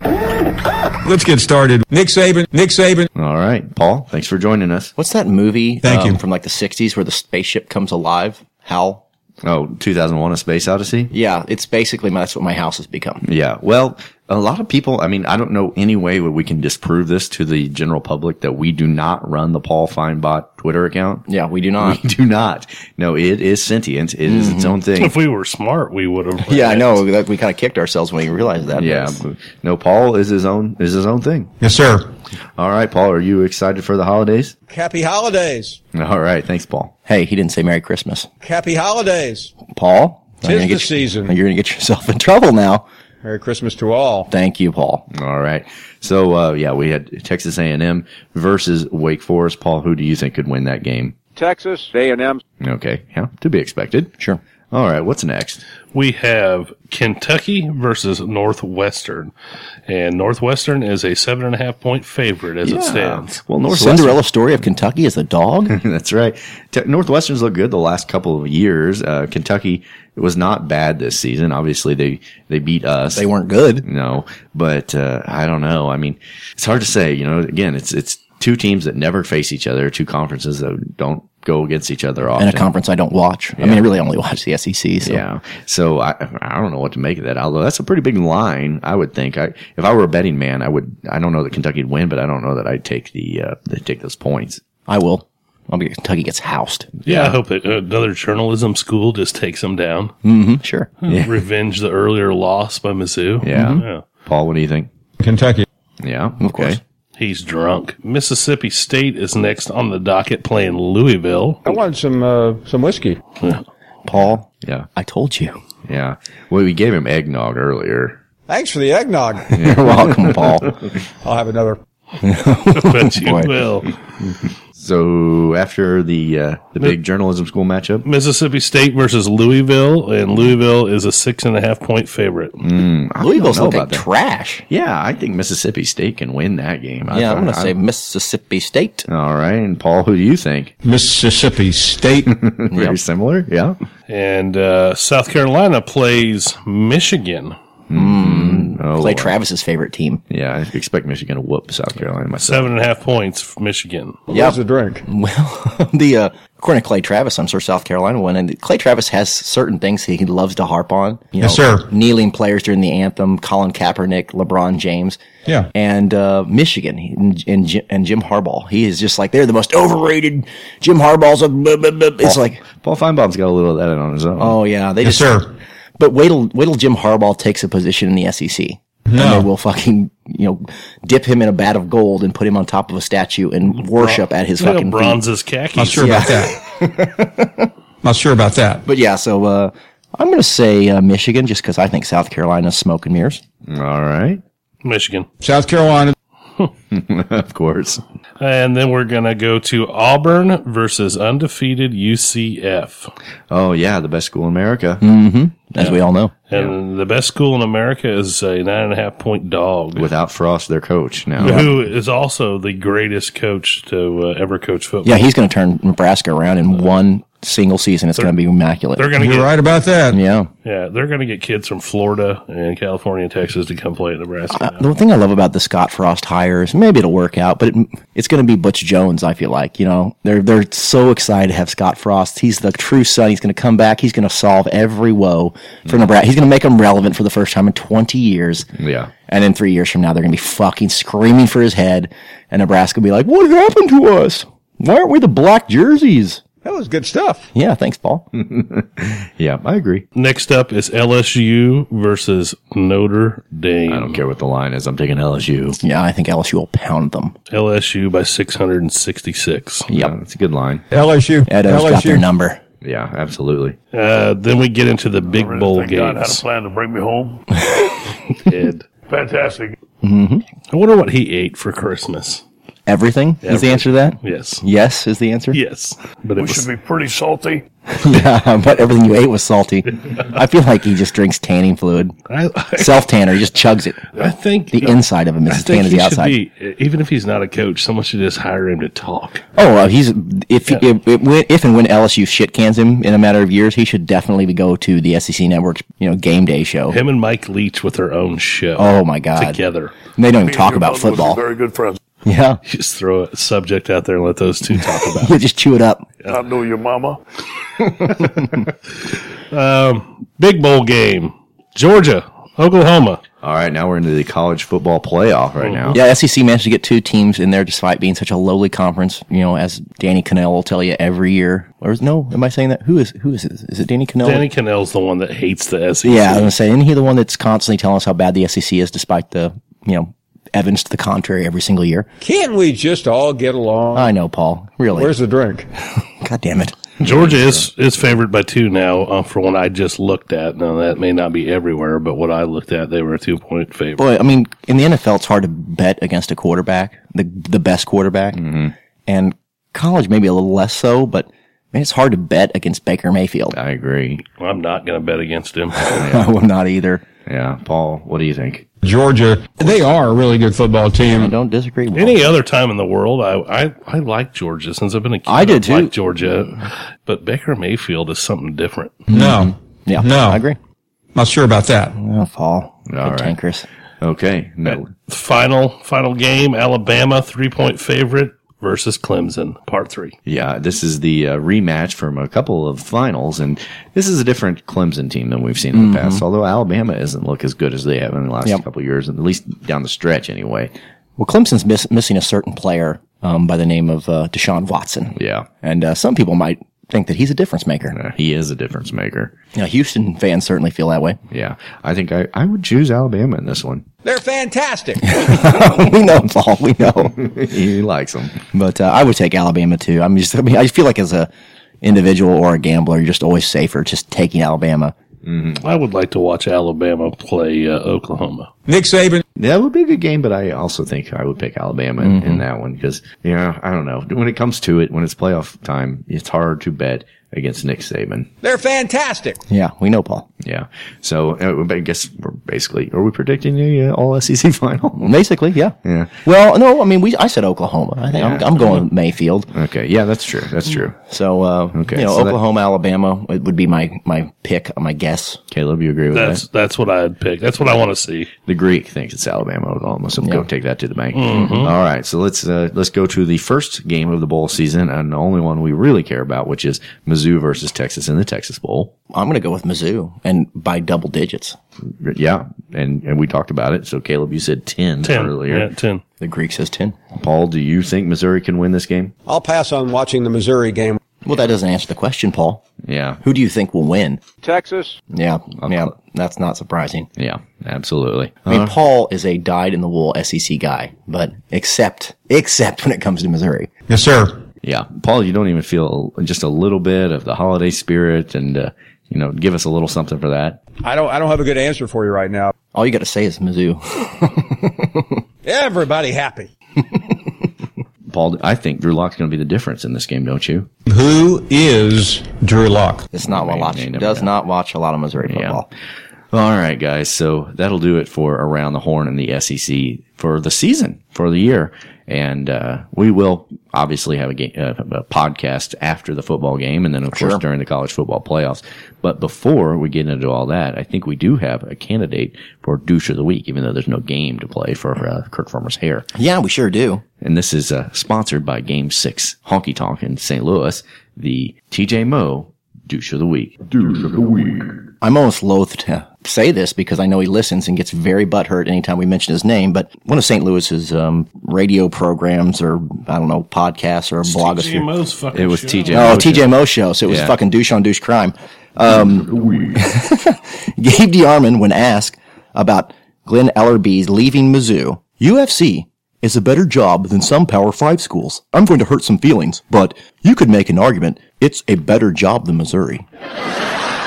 Speaker 11: Let's get started. Nick Saban. Nick Saban.
Speaker 6: All right, Paul. Thanks for joining us.
Speaker 1: What's that movie? um,
Speaker 11: Thank you.
Speaker 1: From like the '60s, where the spaceship comes alive. Hal.
Speaker 6: Oh, 2001: A Space Odyssey.
Speaker 1: Yeah, it's basically my, that's what my house has become.
Speaker 6: Yeah. Well, a lot of people, I mean, I don't know any way where we can disprove this to the general public that we do not run the Paul Feinbot Twitter account.
Speaker 1: Yeah, we do not.
Speaker 6: (laughs) We do not. No, it is sentient. It is its own
Speaker 1: Mm-hmm. (laughs)
Speaker 6: thing.
Speaker 4: If we were smart, we would
Speaker 1: (laughs)
Speaker 4: have.
Speaker 1: Yeah, I know. That we kind of kicked ourselves when we realized that.
Speaker 6: Yeah. but- No, Paul is his own, is his own thing.
Speaker 11: Yes, sir.
Speaker 6: All right, Paul, are you excited for the holidays? (laughs)
Speaker 11: Happy holidays.
Speaker 6: All right. Thanks, Paul.
Speaker 1: Hey, he didn't say Merry Christmas,
Speaker 11: Happy holidays.
Speaker 1: Paul.
Speaker 11: Tis
Speaker 1: you're gonna
Speaker 11: the
Speaker 1: get-
Speaker 11: season.
Speaker 1: You're going to get yourself in trouble now.
Speaker 11: Merry Christmas to all.
Speaker 1: Thank you, Paul.
Speaker 6: All right. So, uh, yeah, we had Texas A&M versus Wake Forest. Paul, who do you think could win that game?
Speaker 13: Texas A&M.
Speaker 6: Okay. Yeah. To be expected.
Speaker 1: Sure.
Speaker 6: All right. What's next?
Speaker 4: We have Kentucky versus Northwestern, and Northwestern is a seven and a half point favorite as it stands.
Speaker 6: Well, Northwestern.
Speaker 1: Cinderella story of Kentucky as a dog.
Speaker 6: (laughs) That's right. Te- Northwestern's looked good the last couple of years. Uh, Kentucky was not bad this season. Obviously, they they beat us.
Speaker 1: They weren't good.
Speaker 6: No, but uh, I don't know. I mean, it's hard to say. You know, again, it's it's two teams that never face each other, two conferences that don't go against each other
Speaker 1: in
Speaker 6: often.
Speaker 1: a conference I don't watch. I
Speaker 6: Yeah.
Speaker 1: mean, I really only watch the SEC. So.
Speaker 6: Yeah. So I I don't know what to make of that. Although that's a pretty big line, I would think. I if I were a betting man, I would. I don't know that Kentucky'd win, but I don't know that I'd take the uh, they'd take those points.
Speaker 1: I will. I'll be Kentucky gets housed.
Speaker 4: Yeah, I hope that uh, another journalism school just takes them down.
Speaker 1: Mm-hmm. Sure.
Speaker 4: Revenge the earlier loss by Mizzou. Mm-hmm.
Speaker 6: Yeah. Paul, what do you think?
Speaker 11: Kentucky.
Speaker 6: Yeah. Of course.
Speaker 4: He's drunk. Mississippi State is next on the docket playing
Speaker 6: (laughs)
Speaker 4: Louisville.
Speaker 11: I want some uh, some whiskey.
Speaker 1: Paul.
Speaker 6: Yeah.
Speaker 1: I told you.
Speaker 6: Yeah. Well, we gave him
Speaker 1: (laughs)
Speaker 6: eggnog earlier.
Speaker 11: Thanks for the (laughs) eggnog.
Speaker 6: You're welcome, Paul.
Speaker 11: I'll have another.
Speaker 4: bet you
Speaker 6: Oh, Boy.
Speaker 4: will.
Speaker 6: (laughs) So after the uh, the big journalism school matchup,
Speaker 4: Mississippi State versus Louisville, and Louisville is a six and a half point favorite.
Speaker 6: mm, I don't
Speaker 1: Louisville's
Speaker 6: know
Speaker 1: looking
Speaker 6: about that.
Speaker 1: trash.
Speaker 6: Yeah, I think Mississippi State can win that game. I
Speaker 1: yeah,
Speaker 6: thought-
Speaker 1: I'm going to say Mississippi State.
Speaker 6: All right, and Paul, who do you think? (laughs)
Speaker 11: Mississippi (laughs) State.
Speaker 6: Very similar. Yeah.
Speaker 4: And uh, South Carolina plays Michigan
Speaker 6: Oh,
Speaker 1: Play
Speaker 6: Lord.
Speaker 1: Travis's favorite team. (laughs)
Speaker 6: Yeah, I expect Michigan to whoop South Carolina myself.
Speaker 4: seven and a half points. For Michigan.
Speaker 1: Yeah.
Speaker 11: Where's the drink?
Speaker 1: Well, the uh, according to Clay Travis, I'm sure South Carolina won, and Clay Travis has certain things he loves to harp on. You
Speaker 11: Yes, sir.
Speaker 1: Kneeling players during the anthem, Colin Kaepernick, LeBron James,
Speaker 11: Yeah.
Speaker 1: and uh, Michigan and, and Ji- and Jim Harbaugh. He is just like they're the most overrated. Jim Harbaugh's a. blah, blah, blah. It's like
Speaker 6: Paul Feinbaum's got a little of that on his own.
Speaker 1: oh yeah, they
Speaker 11: Oh. Yes,
Speaker 1: just.
Speaker 11: sir.
Speaker 1: But wait till wait till Jim Harbaugh takes a position in the SEC.
Speaker 11: No.
Speaker 1: And they will fucking you know dip him in a bat of gold and put him on top of a statue and worship at his
Speaker 4: You know,
Speaker 1: fucking feet.
Speaker 4: bronzes khakis.
Speaker 11: Not sure about that. (laughs) Not sure about that.
Speaker 1: But yeah, so uh, I'm going to say uh, Michigan just because I think South Carolina's smoke and mirrors.
Speaker 6: All right. (laughs)
Speaker 4: Michigan.
Speaker 11: South Carolina.
Speaker 6: of course.
Speaker 4: And then we're going to go to Auburn versus undefeated UCF.
Speaker 6: Oh yeah, the best school in America.
Speaker 1: Hmm. As we all know,
Speaker 4: And the best school in America is a nine and a half point dog,
Speaker 6: Without Frost, their coach now.
Speaker 4: who is also the greatest coach to uh, ever coach football.
Speaker 1: yeah, he's going to turn Nebraska around in one single season. It's going to be immaculate.
Speaker 4: they're going to get
Speaker 11: You're right about that.
Speaker 1: Yeah.
Speaker 4: yeah, they're going to get kids from Florida and California and Texas to come play at Nebraska. now.
Speaker 1: The thing I love about the Scott Frost hires, maybe it'll work out, but it, it's going to be Butch Jones. I feel like you know they're they're so excited to have Scott Frost. He's the true son. He's going to come back. He's going to solve every woe for Nebraska. He's going to make them relevant for the first time in 20 years.
Speaker 6: Yeah.
Speaker 1: And then three years from now, they're going to be fucking screaming for his head, and Nebraska will be like, "What happened to us? Why aren't we the black jerseys?"
Speaker 11: That was good stuff.
Speaker 1: Yeah, thanks, Paul.
Speaker 6: Yeah, I agree.
Speaker 4: Next up is LSU versus Notre Dame.
Speaker 6: I don't care what the line is. I'm taking LSU.
Speaker 1: Yeah, I think LSU will pound them.
Speaker 4: LSU by 666.
Speaker 6: Yeah, it's a good line.
Speaker 11: LSU.
Speaker 1: Edo's got their number.
Speaker 6: Yeah, absolutely.
Speaker 4: Uh, then we get into the big bowl games.
Speaker 12: plan to bring me
Speaker 1: (laughs)
Speaker 12: home.
Speaker 4: Ed.
Speaker 12: Fantastic.
Speaker 4: I wonder what he ate for Christmas.
Speaker 1: Everything is the answer to that.
Speaker 4: Yes.
Speaker 1: Yes is the answer.
Speaker 4: Yes. But it was,
Speaker 12: be pretty salty.
Speaker 1: Yeah, (laughs) but everything you ate was salty. I feel like he just drinks tanning fluid,
Speaker 4: I, I,
Speaker 1: self tanner. He just chugs it.
Speaker 4: I think
Speaker 1: The inside of him is
Speaker 4: I
Speaker 1: as
Speaker 4: think
Speaker 1: tan as
Speaker 4: he
Speaker 1: the
Speaker 4: should
Speaker 1: outside.
Speaker 4: be, even if he's not a coach, someone should just hire him to talk.
Speaker 1: Oh, well, he's if if, if when- if and when LSU shit cans him in a matter of years, he should definitely go to the SEC Network's you know game day show.
Speaker 4: Him and Mike Leach with their own show.
Speaker 1: Oh my god,
Speaker 4: Together.
Speaker 1: And they don't even talk about football.
Speaker 12: Very good friends.
Speaker 1: Yeah,
Speaker 4: Just throw a subject out there and let those two talk
Speaker 12: (laughs)
Speaker 1: (laughs)
Speaker 4: about
Speaker 1: they just chew it up.
Speaker 12: I know your
Speaker 4: (laughs)
Speaker 12: mama.
Speaker 4: it. Um, Big bowl game. Georgia, Oklahoma.
Speaker 6: All right, now we're into the college football playoff right now.
Speaker 1: Yeah, SEC managed to get two teams in there despite being such a lowly conference. You know, as Danny Cannell will tell you every year. Or is no? Am I saying that? Who is who is it? Is it Danny Cannell?
Speaker 4: Danny Cannell's the one that hates the E SEC.
Speaker 1: Oh. Yeah, I was gonna say, isn't he the one that's constantly telling us how bad the SEC is, despite the you know evidence to the contrary every single year?
Speaker 11: Can't we just all get along?
Speaker 1: I know, Paul. Really?
Speaker 11: Where's the drink?
Speaker 1: God damn it!
Speaker 4: Georgia is is favored by two now uh, for what I just looked at. Now that may not be everywhere, but what I looked at, they were a two point favorite.
Speaker 1: Boy, I mean, in the NFL, it's hard to bet against a quarterback, the the best quarterback, and college maybe a little less so, but. Man, it's hard to bet against Baker Mayfield.
Speaker 6: I agree.
Speaker 4: I'm not going to bet
Speaker 1: (laughs)
Speaker 4: against him.
Speaker 1: I'm not either.
Speaker 6: Yeah, Paul, what do you think?
Speaker 11: Georgia. They are a really good football
Speaker 1: I
Speaker 11: team.
Speaker 1: don't disagree. With
Speaker 4: Any other time in the world, I I, I like Georgia since I've been a kid.
Speaker 1: I did
Speaker 4: I've liked
Speaker 1: too.
Speaker 4: Georgia, but Baker Mayfield is something different.
Speaker 11: No.
Speaker 1: Yeah,
Speaker 11: No.
Speaker 1: I agree.
Speaker 11: Not sure about that.
Speaker 1: Oh, Paul,
Speaker 6: All right.
Speaker 1: cantankerous.
Speaker 6: Okay, no.
Speaker 4: Final final game, Alabama three point favorite versus Clemson, part three.
Speaker 6: Yeah, this is the uh, rematch from a couple of finals, and this is a different Clemson team than we've seen in the
Speaker 1: Mhm.
Speaker 6: past. Although Alabama doesn't look as good as they have in the last
Speaker 1: Yep.
Speaker 6: couple of years, at least down the stretch anyway.
Speaker 1: Well, Clemson's miss, missing a certain player um, by the name of uh, Deshaun Watson.
Speaker 6: Yeah.
Speaker 1: And uh, some people might think that he's a difference maker.
Speaker 6: he is a difference maker.
Speaker 1: Now, Houston fans certainly feel that way.
Speaker 6: Yeah, I think I, I would choose Alabama in this one. (laughs)
Speaker 11: They're fantastic.
Speaker 1: (laughs) we know, Paul. We know.
Speaker 6: he likes them.
Speaker 1: But uh, I would take Alabama too. I'm just, I mean, I feel like as a individual or a gambler, you're just always safer just taking Alabama.
Speaker 4: I would like to watch Alabama play uh, Oklahoma.
Speaker 6: Nick Saban. That would be a good game, but I also think I would pick Alabama in- in
Speaker 4: Mhm.
Speaker 6: that one because, you know, I don't know. When it comes to it, when it's playoff time, it's hard to bet against Nick Saban.
Speaker 11: They're fantastic.
Speaker 1: Yeah, we know, Paul.
Speaker 6: Yeah. So uh, I guess we're basically, are we predicting the uh, all SEC (laughs) final?
Speaker 1: Basically, yeah.
Speaker 6: Yeah.
Speaker 1: Well, no, I mean, we. I said Oklahoma. I think I'm,
Speaker 6: Yeah.
Speaker 1: I'm going with Mayfield.
Speaker 6: Okay, yeah, that's true. That's true.
Speaker 1: So, uh,
Speaker 6: Okay,
Speaker 1: you know,
Speaker 6: so that-
Speaker 1: Oklahoma, Alabama it would be my my pick, my guess.
Speaker 6: Caleb, you agree with
Speaker 4: That's
Speaker 6: that?
Speaker 4: that's what I'd pick. That's what I want to see.
Speaker 6: The Greek thinks it's Alabama, Oklahoma, so go take that to the bank.
Speaker 4: Mhm.
Speaker 6: All right, so let's uh, let's go to the first game of the bowl season and the only one we really care about, which is Mizzou versus Texas in the Texas Bowl.
Speaker 1: I'm going to go with Mizzou and by double digits.
Speaker 6: Yeah, and and we talked about it. So Caleb, you said ten,
Speaker 4: 10,
Speaker 6: earlier.
Speaker 4: yeah, ten.
Speaker 1: The Greek says ten.
Speaker 6: Paul, do you think Missouri can win this game?
Speaker 1: I'll pass on watching the Missouri game. Well, that doesn't answer the question, Paul.
Speaker 6: Yeah.
Speaker 1: Who do you think will win?
Speaker 13: Texas.
Speaker 1: Yeah, yeah, that's not surprising.
Speaker 6: Yeah, absolutely.
Speaker 1: I mean,
Speaker 6: Uh,
Speaker 1: Paul is a dyed-in-the-wool SEC guy, but except except when it comes to Missouri.
Speaker 6: Yes, sir. Yeah, Paul, you don't even feel just a little bit of the holiday spirit, and uh, you know, give us a little something for that.
Speaker 11: I don't. I don't have a good answer for you right now.
Speaker 1: All you got to say is Mizzou.
Speaker 11: Everybody happy.
Speaker 6: Paul, I think Drew Locke's going to be the difference in this game, don't you?
Speaker 1: Who is Drew Locke? It's not what watch. Does not watch a lot of Missouri football.
Speaker 6: All right, guys. So that'll do it for Around the Horn and the SEC for the season, for the year. And uh, we will obviously have a, game, uh, a podcast after the football game and then, of course,
Speaker 1: Sure.
Speaker 6: during the college football playoffs. But before we get into all that, I think we do have a candidate for Douche of the Week, even though there's no game to play for uh, Kirk Farmer's hair.
Speaker 1: Yeah, we sure do.
Speaker 6: And this is uh, sponsored by Game 6 Honky Tonk in St. Louis, the TJ Moe Douche of the Week. Douche of the Week.
Speaker 1: I'm almost loath to say this because I know he listens and gets very butthurt anytime we mention his name. But one of St. Louis's um, radio programs, or I don't know, podcasts, or a blogosphere.
Speaker 4: Mo's fucking
Speaker 6: It was
Speaker 4: show.
Speaker 6: TJ.
Speaker 1: Oh, TJ Mo show. So it was
Speaker 6: Yeah.
Speaker 1: fucking douche on douche crime. Um, (laughs) Gabe DiArmond, when asked about Glenn Ellerbee's leaving Mizzou, UFC is a better job than some Power 5 schools. I'm going to hurt some feelings, but you could make an argument it's a better job than Missouri. (laughs)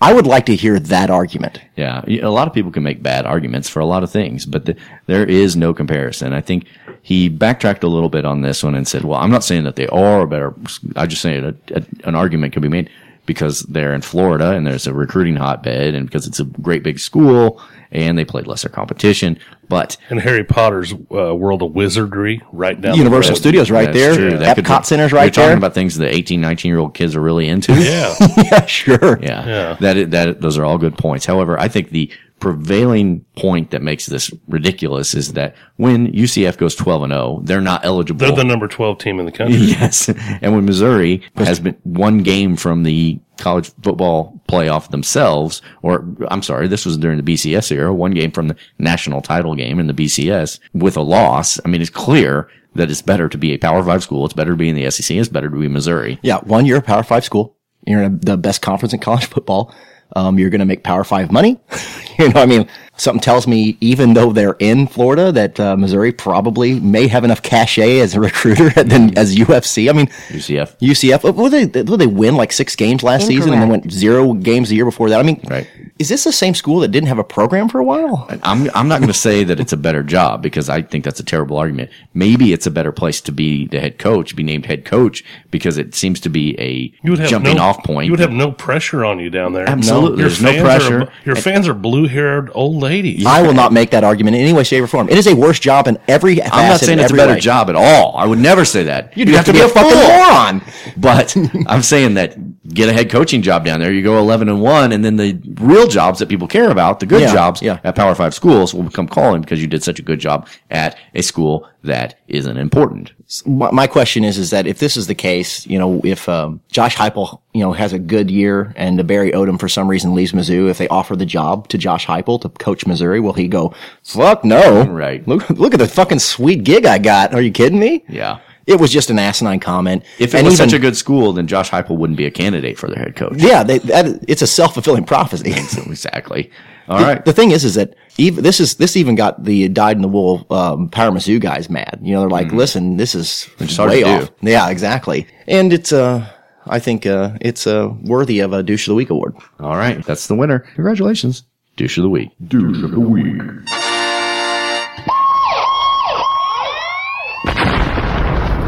Speaker 1: I would like to hear that argument.
Speaker 6: Yeah, y- a lot of people can make bad arguments for a lot of things, but th there is no comparison. I think he backtracked a little bit on this one and said, "Well, I'm not saying that they are better. I'm just saying a, a, an argument can be made because they're in Florida and there's a recruiting hotbed, and because it's a great big school and they played lesser competition." But
Speaker 4: And Harry Potter's uh, World of Wizardry right down the
Speaker 1: Universal
Speaker 4: road.
Speaker 1: Studios right
Speaker 6: that's
Speaker 1: there.
Speaker 6: true. That could
Speaker 1: Epcot
Speaker 6: be-
Speaker 1: Center's
Speaker 6: We're
Speaker 1: right
Speaker 6: talking
Speaker 1: there.
Speaker 6: about things that 18, 19 year old kids are really into. (laughs)
Speaker 4: Yeah.
Speaker 1: yeah, sure.
Speaker 6: Yeah. That i- that those are all good points. However, I think the prevailing point that makes this ridiculous is that when UCF goes 12 and 0, they're not eligible.
Speaker 4: They're the number twelve team in the country.
Speaker 6: (laughs) yes. And when Missouri has been one game from the college football playoff themselves, or I'm sorry, this was during the BCS era, one game from the national title game in the BCS with a loss. I mean, it's clear that it's better to be a power five school. It's better to be in the SEC. It's better to be Missouri.
Speaker 1: Yeah, one year of Power Five school. You're in the best conference in college (laughs) football. Um, you're going to make Power Five money. (laughs) you know, I mean, something tells me, even though they're in Florida, that uh, Missouri probably may have enough cachet as a (laughs) recruiter than as UFC. I mean,
Speaker 6: UCF.
Speaker 1: UCF. uh, Will they? Will they win like six games last season and then went zero games the year before that? I mean,
Speaker 6: Right.
Speaker 1: Is this the same school that didn't have a program for a while?
Speaker 6: I'm I'm not going to say that it's a better job because I think that's a terrible argument. Maybe it's a better place to be the head coach, be named head coach, because it seems to be
Speaker 4: You would
Speaker 6: a
Speaker 4: have
Speaker 6: jumping
Speaker 4: no,
Speaker 6: off point.
Speaker 4: You would have no pressure on you down there.
Speaker 6: Absolutely.
Speaker 4: your
Speaker 6: There's no
Speaker 4: fans
Speaker 6: pressure.
Speaker 4: Are, your fans are blue-haired old ladies.
Speaker 1: I will not make that argument in any way, shape, or form. It is a worse job in every.
Speaker 6: I'm not
Speaker 1: facet,
Speaker 6: saying it's a
Speaker 1: every
Speaker 6: better
Speaker 1: way.
Speaker 6: job at all. I would never say
Speaker 4: (laughs)
Speaker 6: that.
Speaker 1: You'd have to be a fucking moron.
Speaker 6: But I'm saying that get a head coaching job down there. You go 11 and 1, and then the real jobs that people care about, the good
Speaker 1: Yeah,
Speaker 6: jobs at Power 5 schools will come calling because you did such a good job at a school that isn't important.
Speaker 1: my, my question is, is that if this is the case, you know, if um, Josh Heupel, you know, has a good year and Barry Odom for some reason leaves Mizzou, if they offer the job to Josh Heupel to coach Missouri, will he go? Fuck no!
Speaker 6: Right.
Speaker 1: Look, look at the fucking sweet gig I got. Are you kidding me?
Speaker 6: Yeah.
Speaker 1: It was just an asinine comment.
Speaker 6: If it
Speaker 1: And
Speaker 6: was
Speaker 1: even-
Speaker 6: such a good school, then Josh Heupel wouldn't be a candidate for the head coach.
Speaker 1: yeah, they, that, it's a self fulfilling prophecy.
Speaker 6: exactly. All
Speaker 1: the,
Speaker 6: right.
Speaker 1: The thing is, is that even this is this even got the dyed in the wool um, Power Mizzou guys mad. You know, they're like, listen, this is
Speaker 6: is Mm. hard
Speaker 1: way
Speaker 6: to do.
Speaker 1: off. Yeah, exactly. And it's uh, I think uh, it's uh, worthy of a douche of the week award.
Speaker 6: All right. That's the winner. Congratulations. Douche of the week. Douche of the week.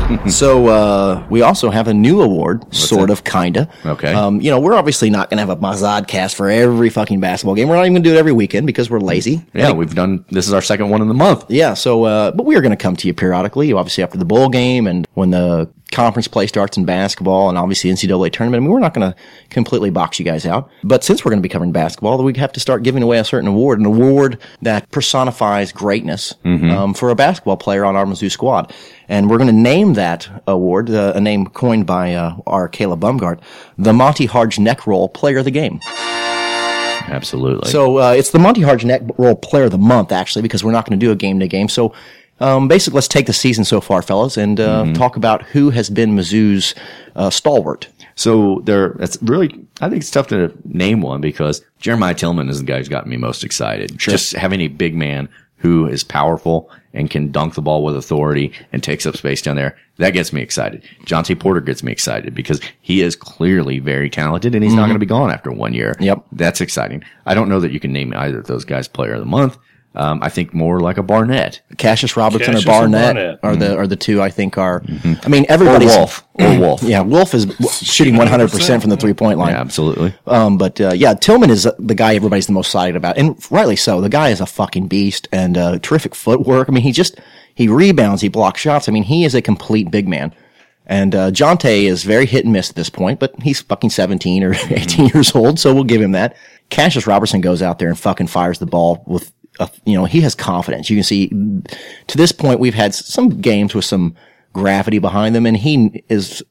Speaker 6: Hmm.
Speaker 1: so uh, we also have a new award, sort of, kinda.
Speaker 6: Okay.
Speaker 1: Um, you know, we're obviously not going to have a Mazad cast for every fucking basketball game. We're not even going to do it every weekend because we're lazy.
Speaker 6: Yeah, we've done. This is our second one in the month.
Speaker 1: Yeah. So, uh, but we are going to come to you periodically, obviously after the bowl game and when the conference play starts in basketball and obviously NCAA tournament. I mean, we're not going to completely box you guys out, but since we're going to be covering basketball, we have to start giving away a certain award, an award that personifies greatness
Speaker 6: Mhm.
Speaker 1: um, for a basketball player on our Mizzou squad. And we're going to name that award, uh, a name coined by uh, our Caleb Bumgart, the Monty Harge Neck Roll Player of the Game.
Speaker 6: Absolutely.
Speaker 1: So uh, it's the Monty Harge Neck Roll Player of the Month, actually, because we're not going to do a game to game. So um, basically, let's take the season so far, fellas, and uh,
Speaker 6: Mm-hmm.
Speaker 1: talk about who has been Mizzou's uh, stalwart.
Speaker 6: So there, that's really, I think it's tough to name one because Jeremiah Tillman is the guy who's gotten me most excited. Just having a big man who is powerful and can dunk the ball with authority and takes up space down there. That gets me excited. John T. Porter gets me excited because he is clearly very talented and he's not
Speaker 1: Mhm.
Speaker 6: going to be gone after one year.
Speaker 1: Yep.
Speaker 6: That's exciting. I don't know that you can name either of those guys player of the month. Um, I think more like a Barnett.
Speaker 1: Cassius Robertson
Speaker 6: Cassius
Speaker 1: or
Speaker 6: and
Speaker 1: Barnett,
Speaker 6: Barnett.
Speaker 1: are the are the two I think are. I mean, everybody's
Speaker 6: Wolf. Or
Speaker 1: (clears throat)
Speaker 6: Wolf.
Speaker 1: yeah, Wolf is w- shooting one hundred percent from the three point line.
Speaker 6: Yeah, absolutely.
Speaker 1: Um, but uh, yeah, Tillman is uh, the guy everybody's the most excited about, and rightly so. The guy is a fucking beast and uh, terrific footwork. I mean, he just he rebounds, he blocks shots. I mean, he is a complete big man. And uh, Jonte is very hit and miss at this point, but he's fucking seventeen or (laughs) eighteen years old, so we'll give him that. Cassius Robertson goes out there and fucking fires the ball with, a, you know, he has confidence. You can see to this point we've had s- some games with some gravity behind them, and he is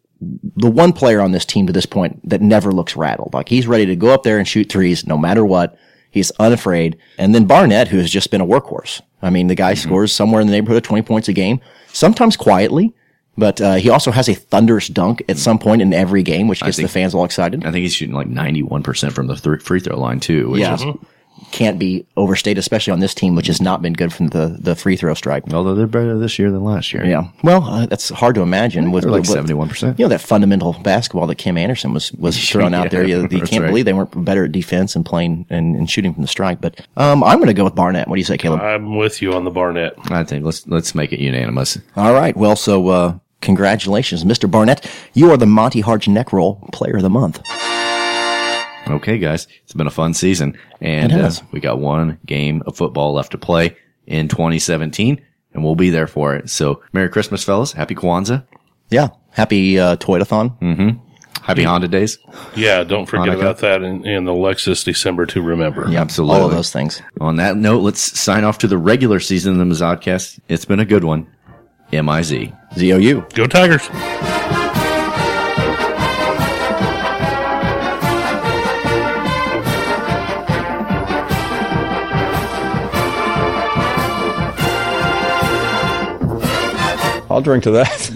Speaker 1: the one player on this team to this point that never looks rattled. Like he's ready to go up there and shoot threes no matter what. He's unafraid. And then Barnett, who has just been a workhorse. I mean, the guy scores somewhere in the neighborhood of 20 points a game, sometimes quietly, but uh, he also has a thunderous dunk at some point in every game, which gets the fans all excited.
Speaker 6: I think he's shooting like 91% from the th- free throw line too, which
Speaker 1: Yeah.
Speaker 6: is
Speaker 1: Can't be overstated, especially on this team, which has not been good from the, the free throw strike.
Speaker 6: Although they're better this year than last year.
Speaker 1: Yeah. Well, uh, that's hard to imagine. With
Speaker 6: They're like
Speaker 1: with- with-
Speaker 6: 71%.
Speaker 1: You know that fundamental basketball that Kim Anderson was was throwing out there.
Speaker 6: (laughs) Yeah,
Speaker 1: You, you
Speaker 6: that's
Speaker 1: can't
Speaker 6: right.
Speaker 1: believe they weren't better at defense and playing and, and shooting from the strike. But um, I'm going to go with Barnett. What do you say, Caleb?
Speaker 4: I'm with you on the Barnett.
Speaker 6: I think let's let's make it unanimous.
Speaker 1: All right. Well, so uh, congratulations, Mr. Barnett. You are the Monty Harge neck roll player of the month.
Speaker 6: Okay, guys, it's been a fun season, and
Speaker 1: It
Speaker 6: uh,
Speaker 1: has.
Speaker 6: we got one game of football left to play in 2017, and we'll be there for it. So, Merry Christmas, fellas! Happy Kwanzaa!
Speaker 1: Yeah. Happy uh, Toyotathon.
Speaker 6: Mm-hmm. Happy Honda days!
Speaker 4: Yeah, don't forget
Speaker 6: Hanukkah.
Speaker 4: about that in, in the Lexus December to remember.
Speaker 6: Yeah, absolutely.
Speaker 1: all of those things.
Speaker 6: On that note, let's sign off to the regular season of the Mizodcast. It's been a good one. M I Z
Speaker 1: Z O U.
Speaker 4: Go Tigers!
Speaker 11: I'll drink to that. (laughs)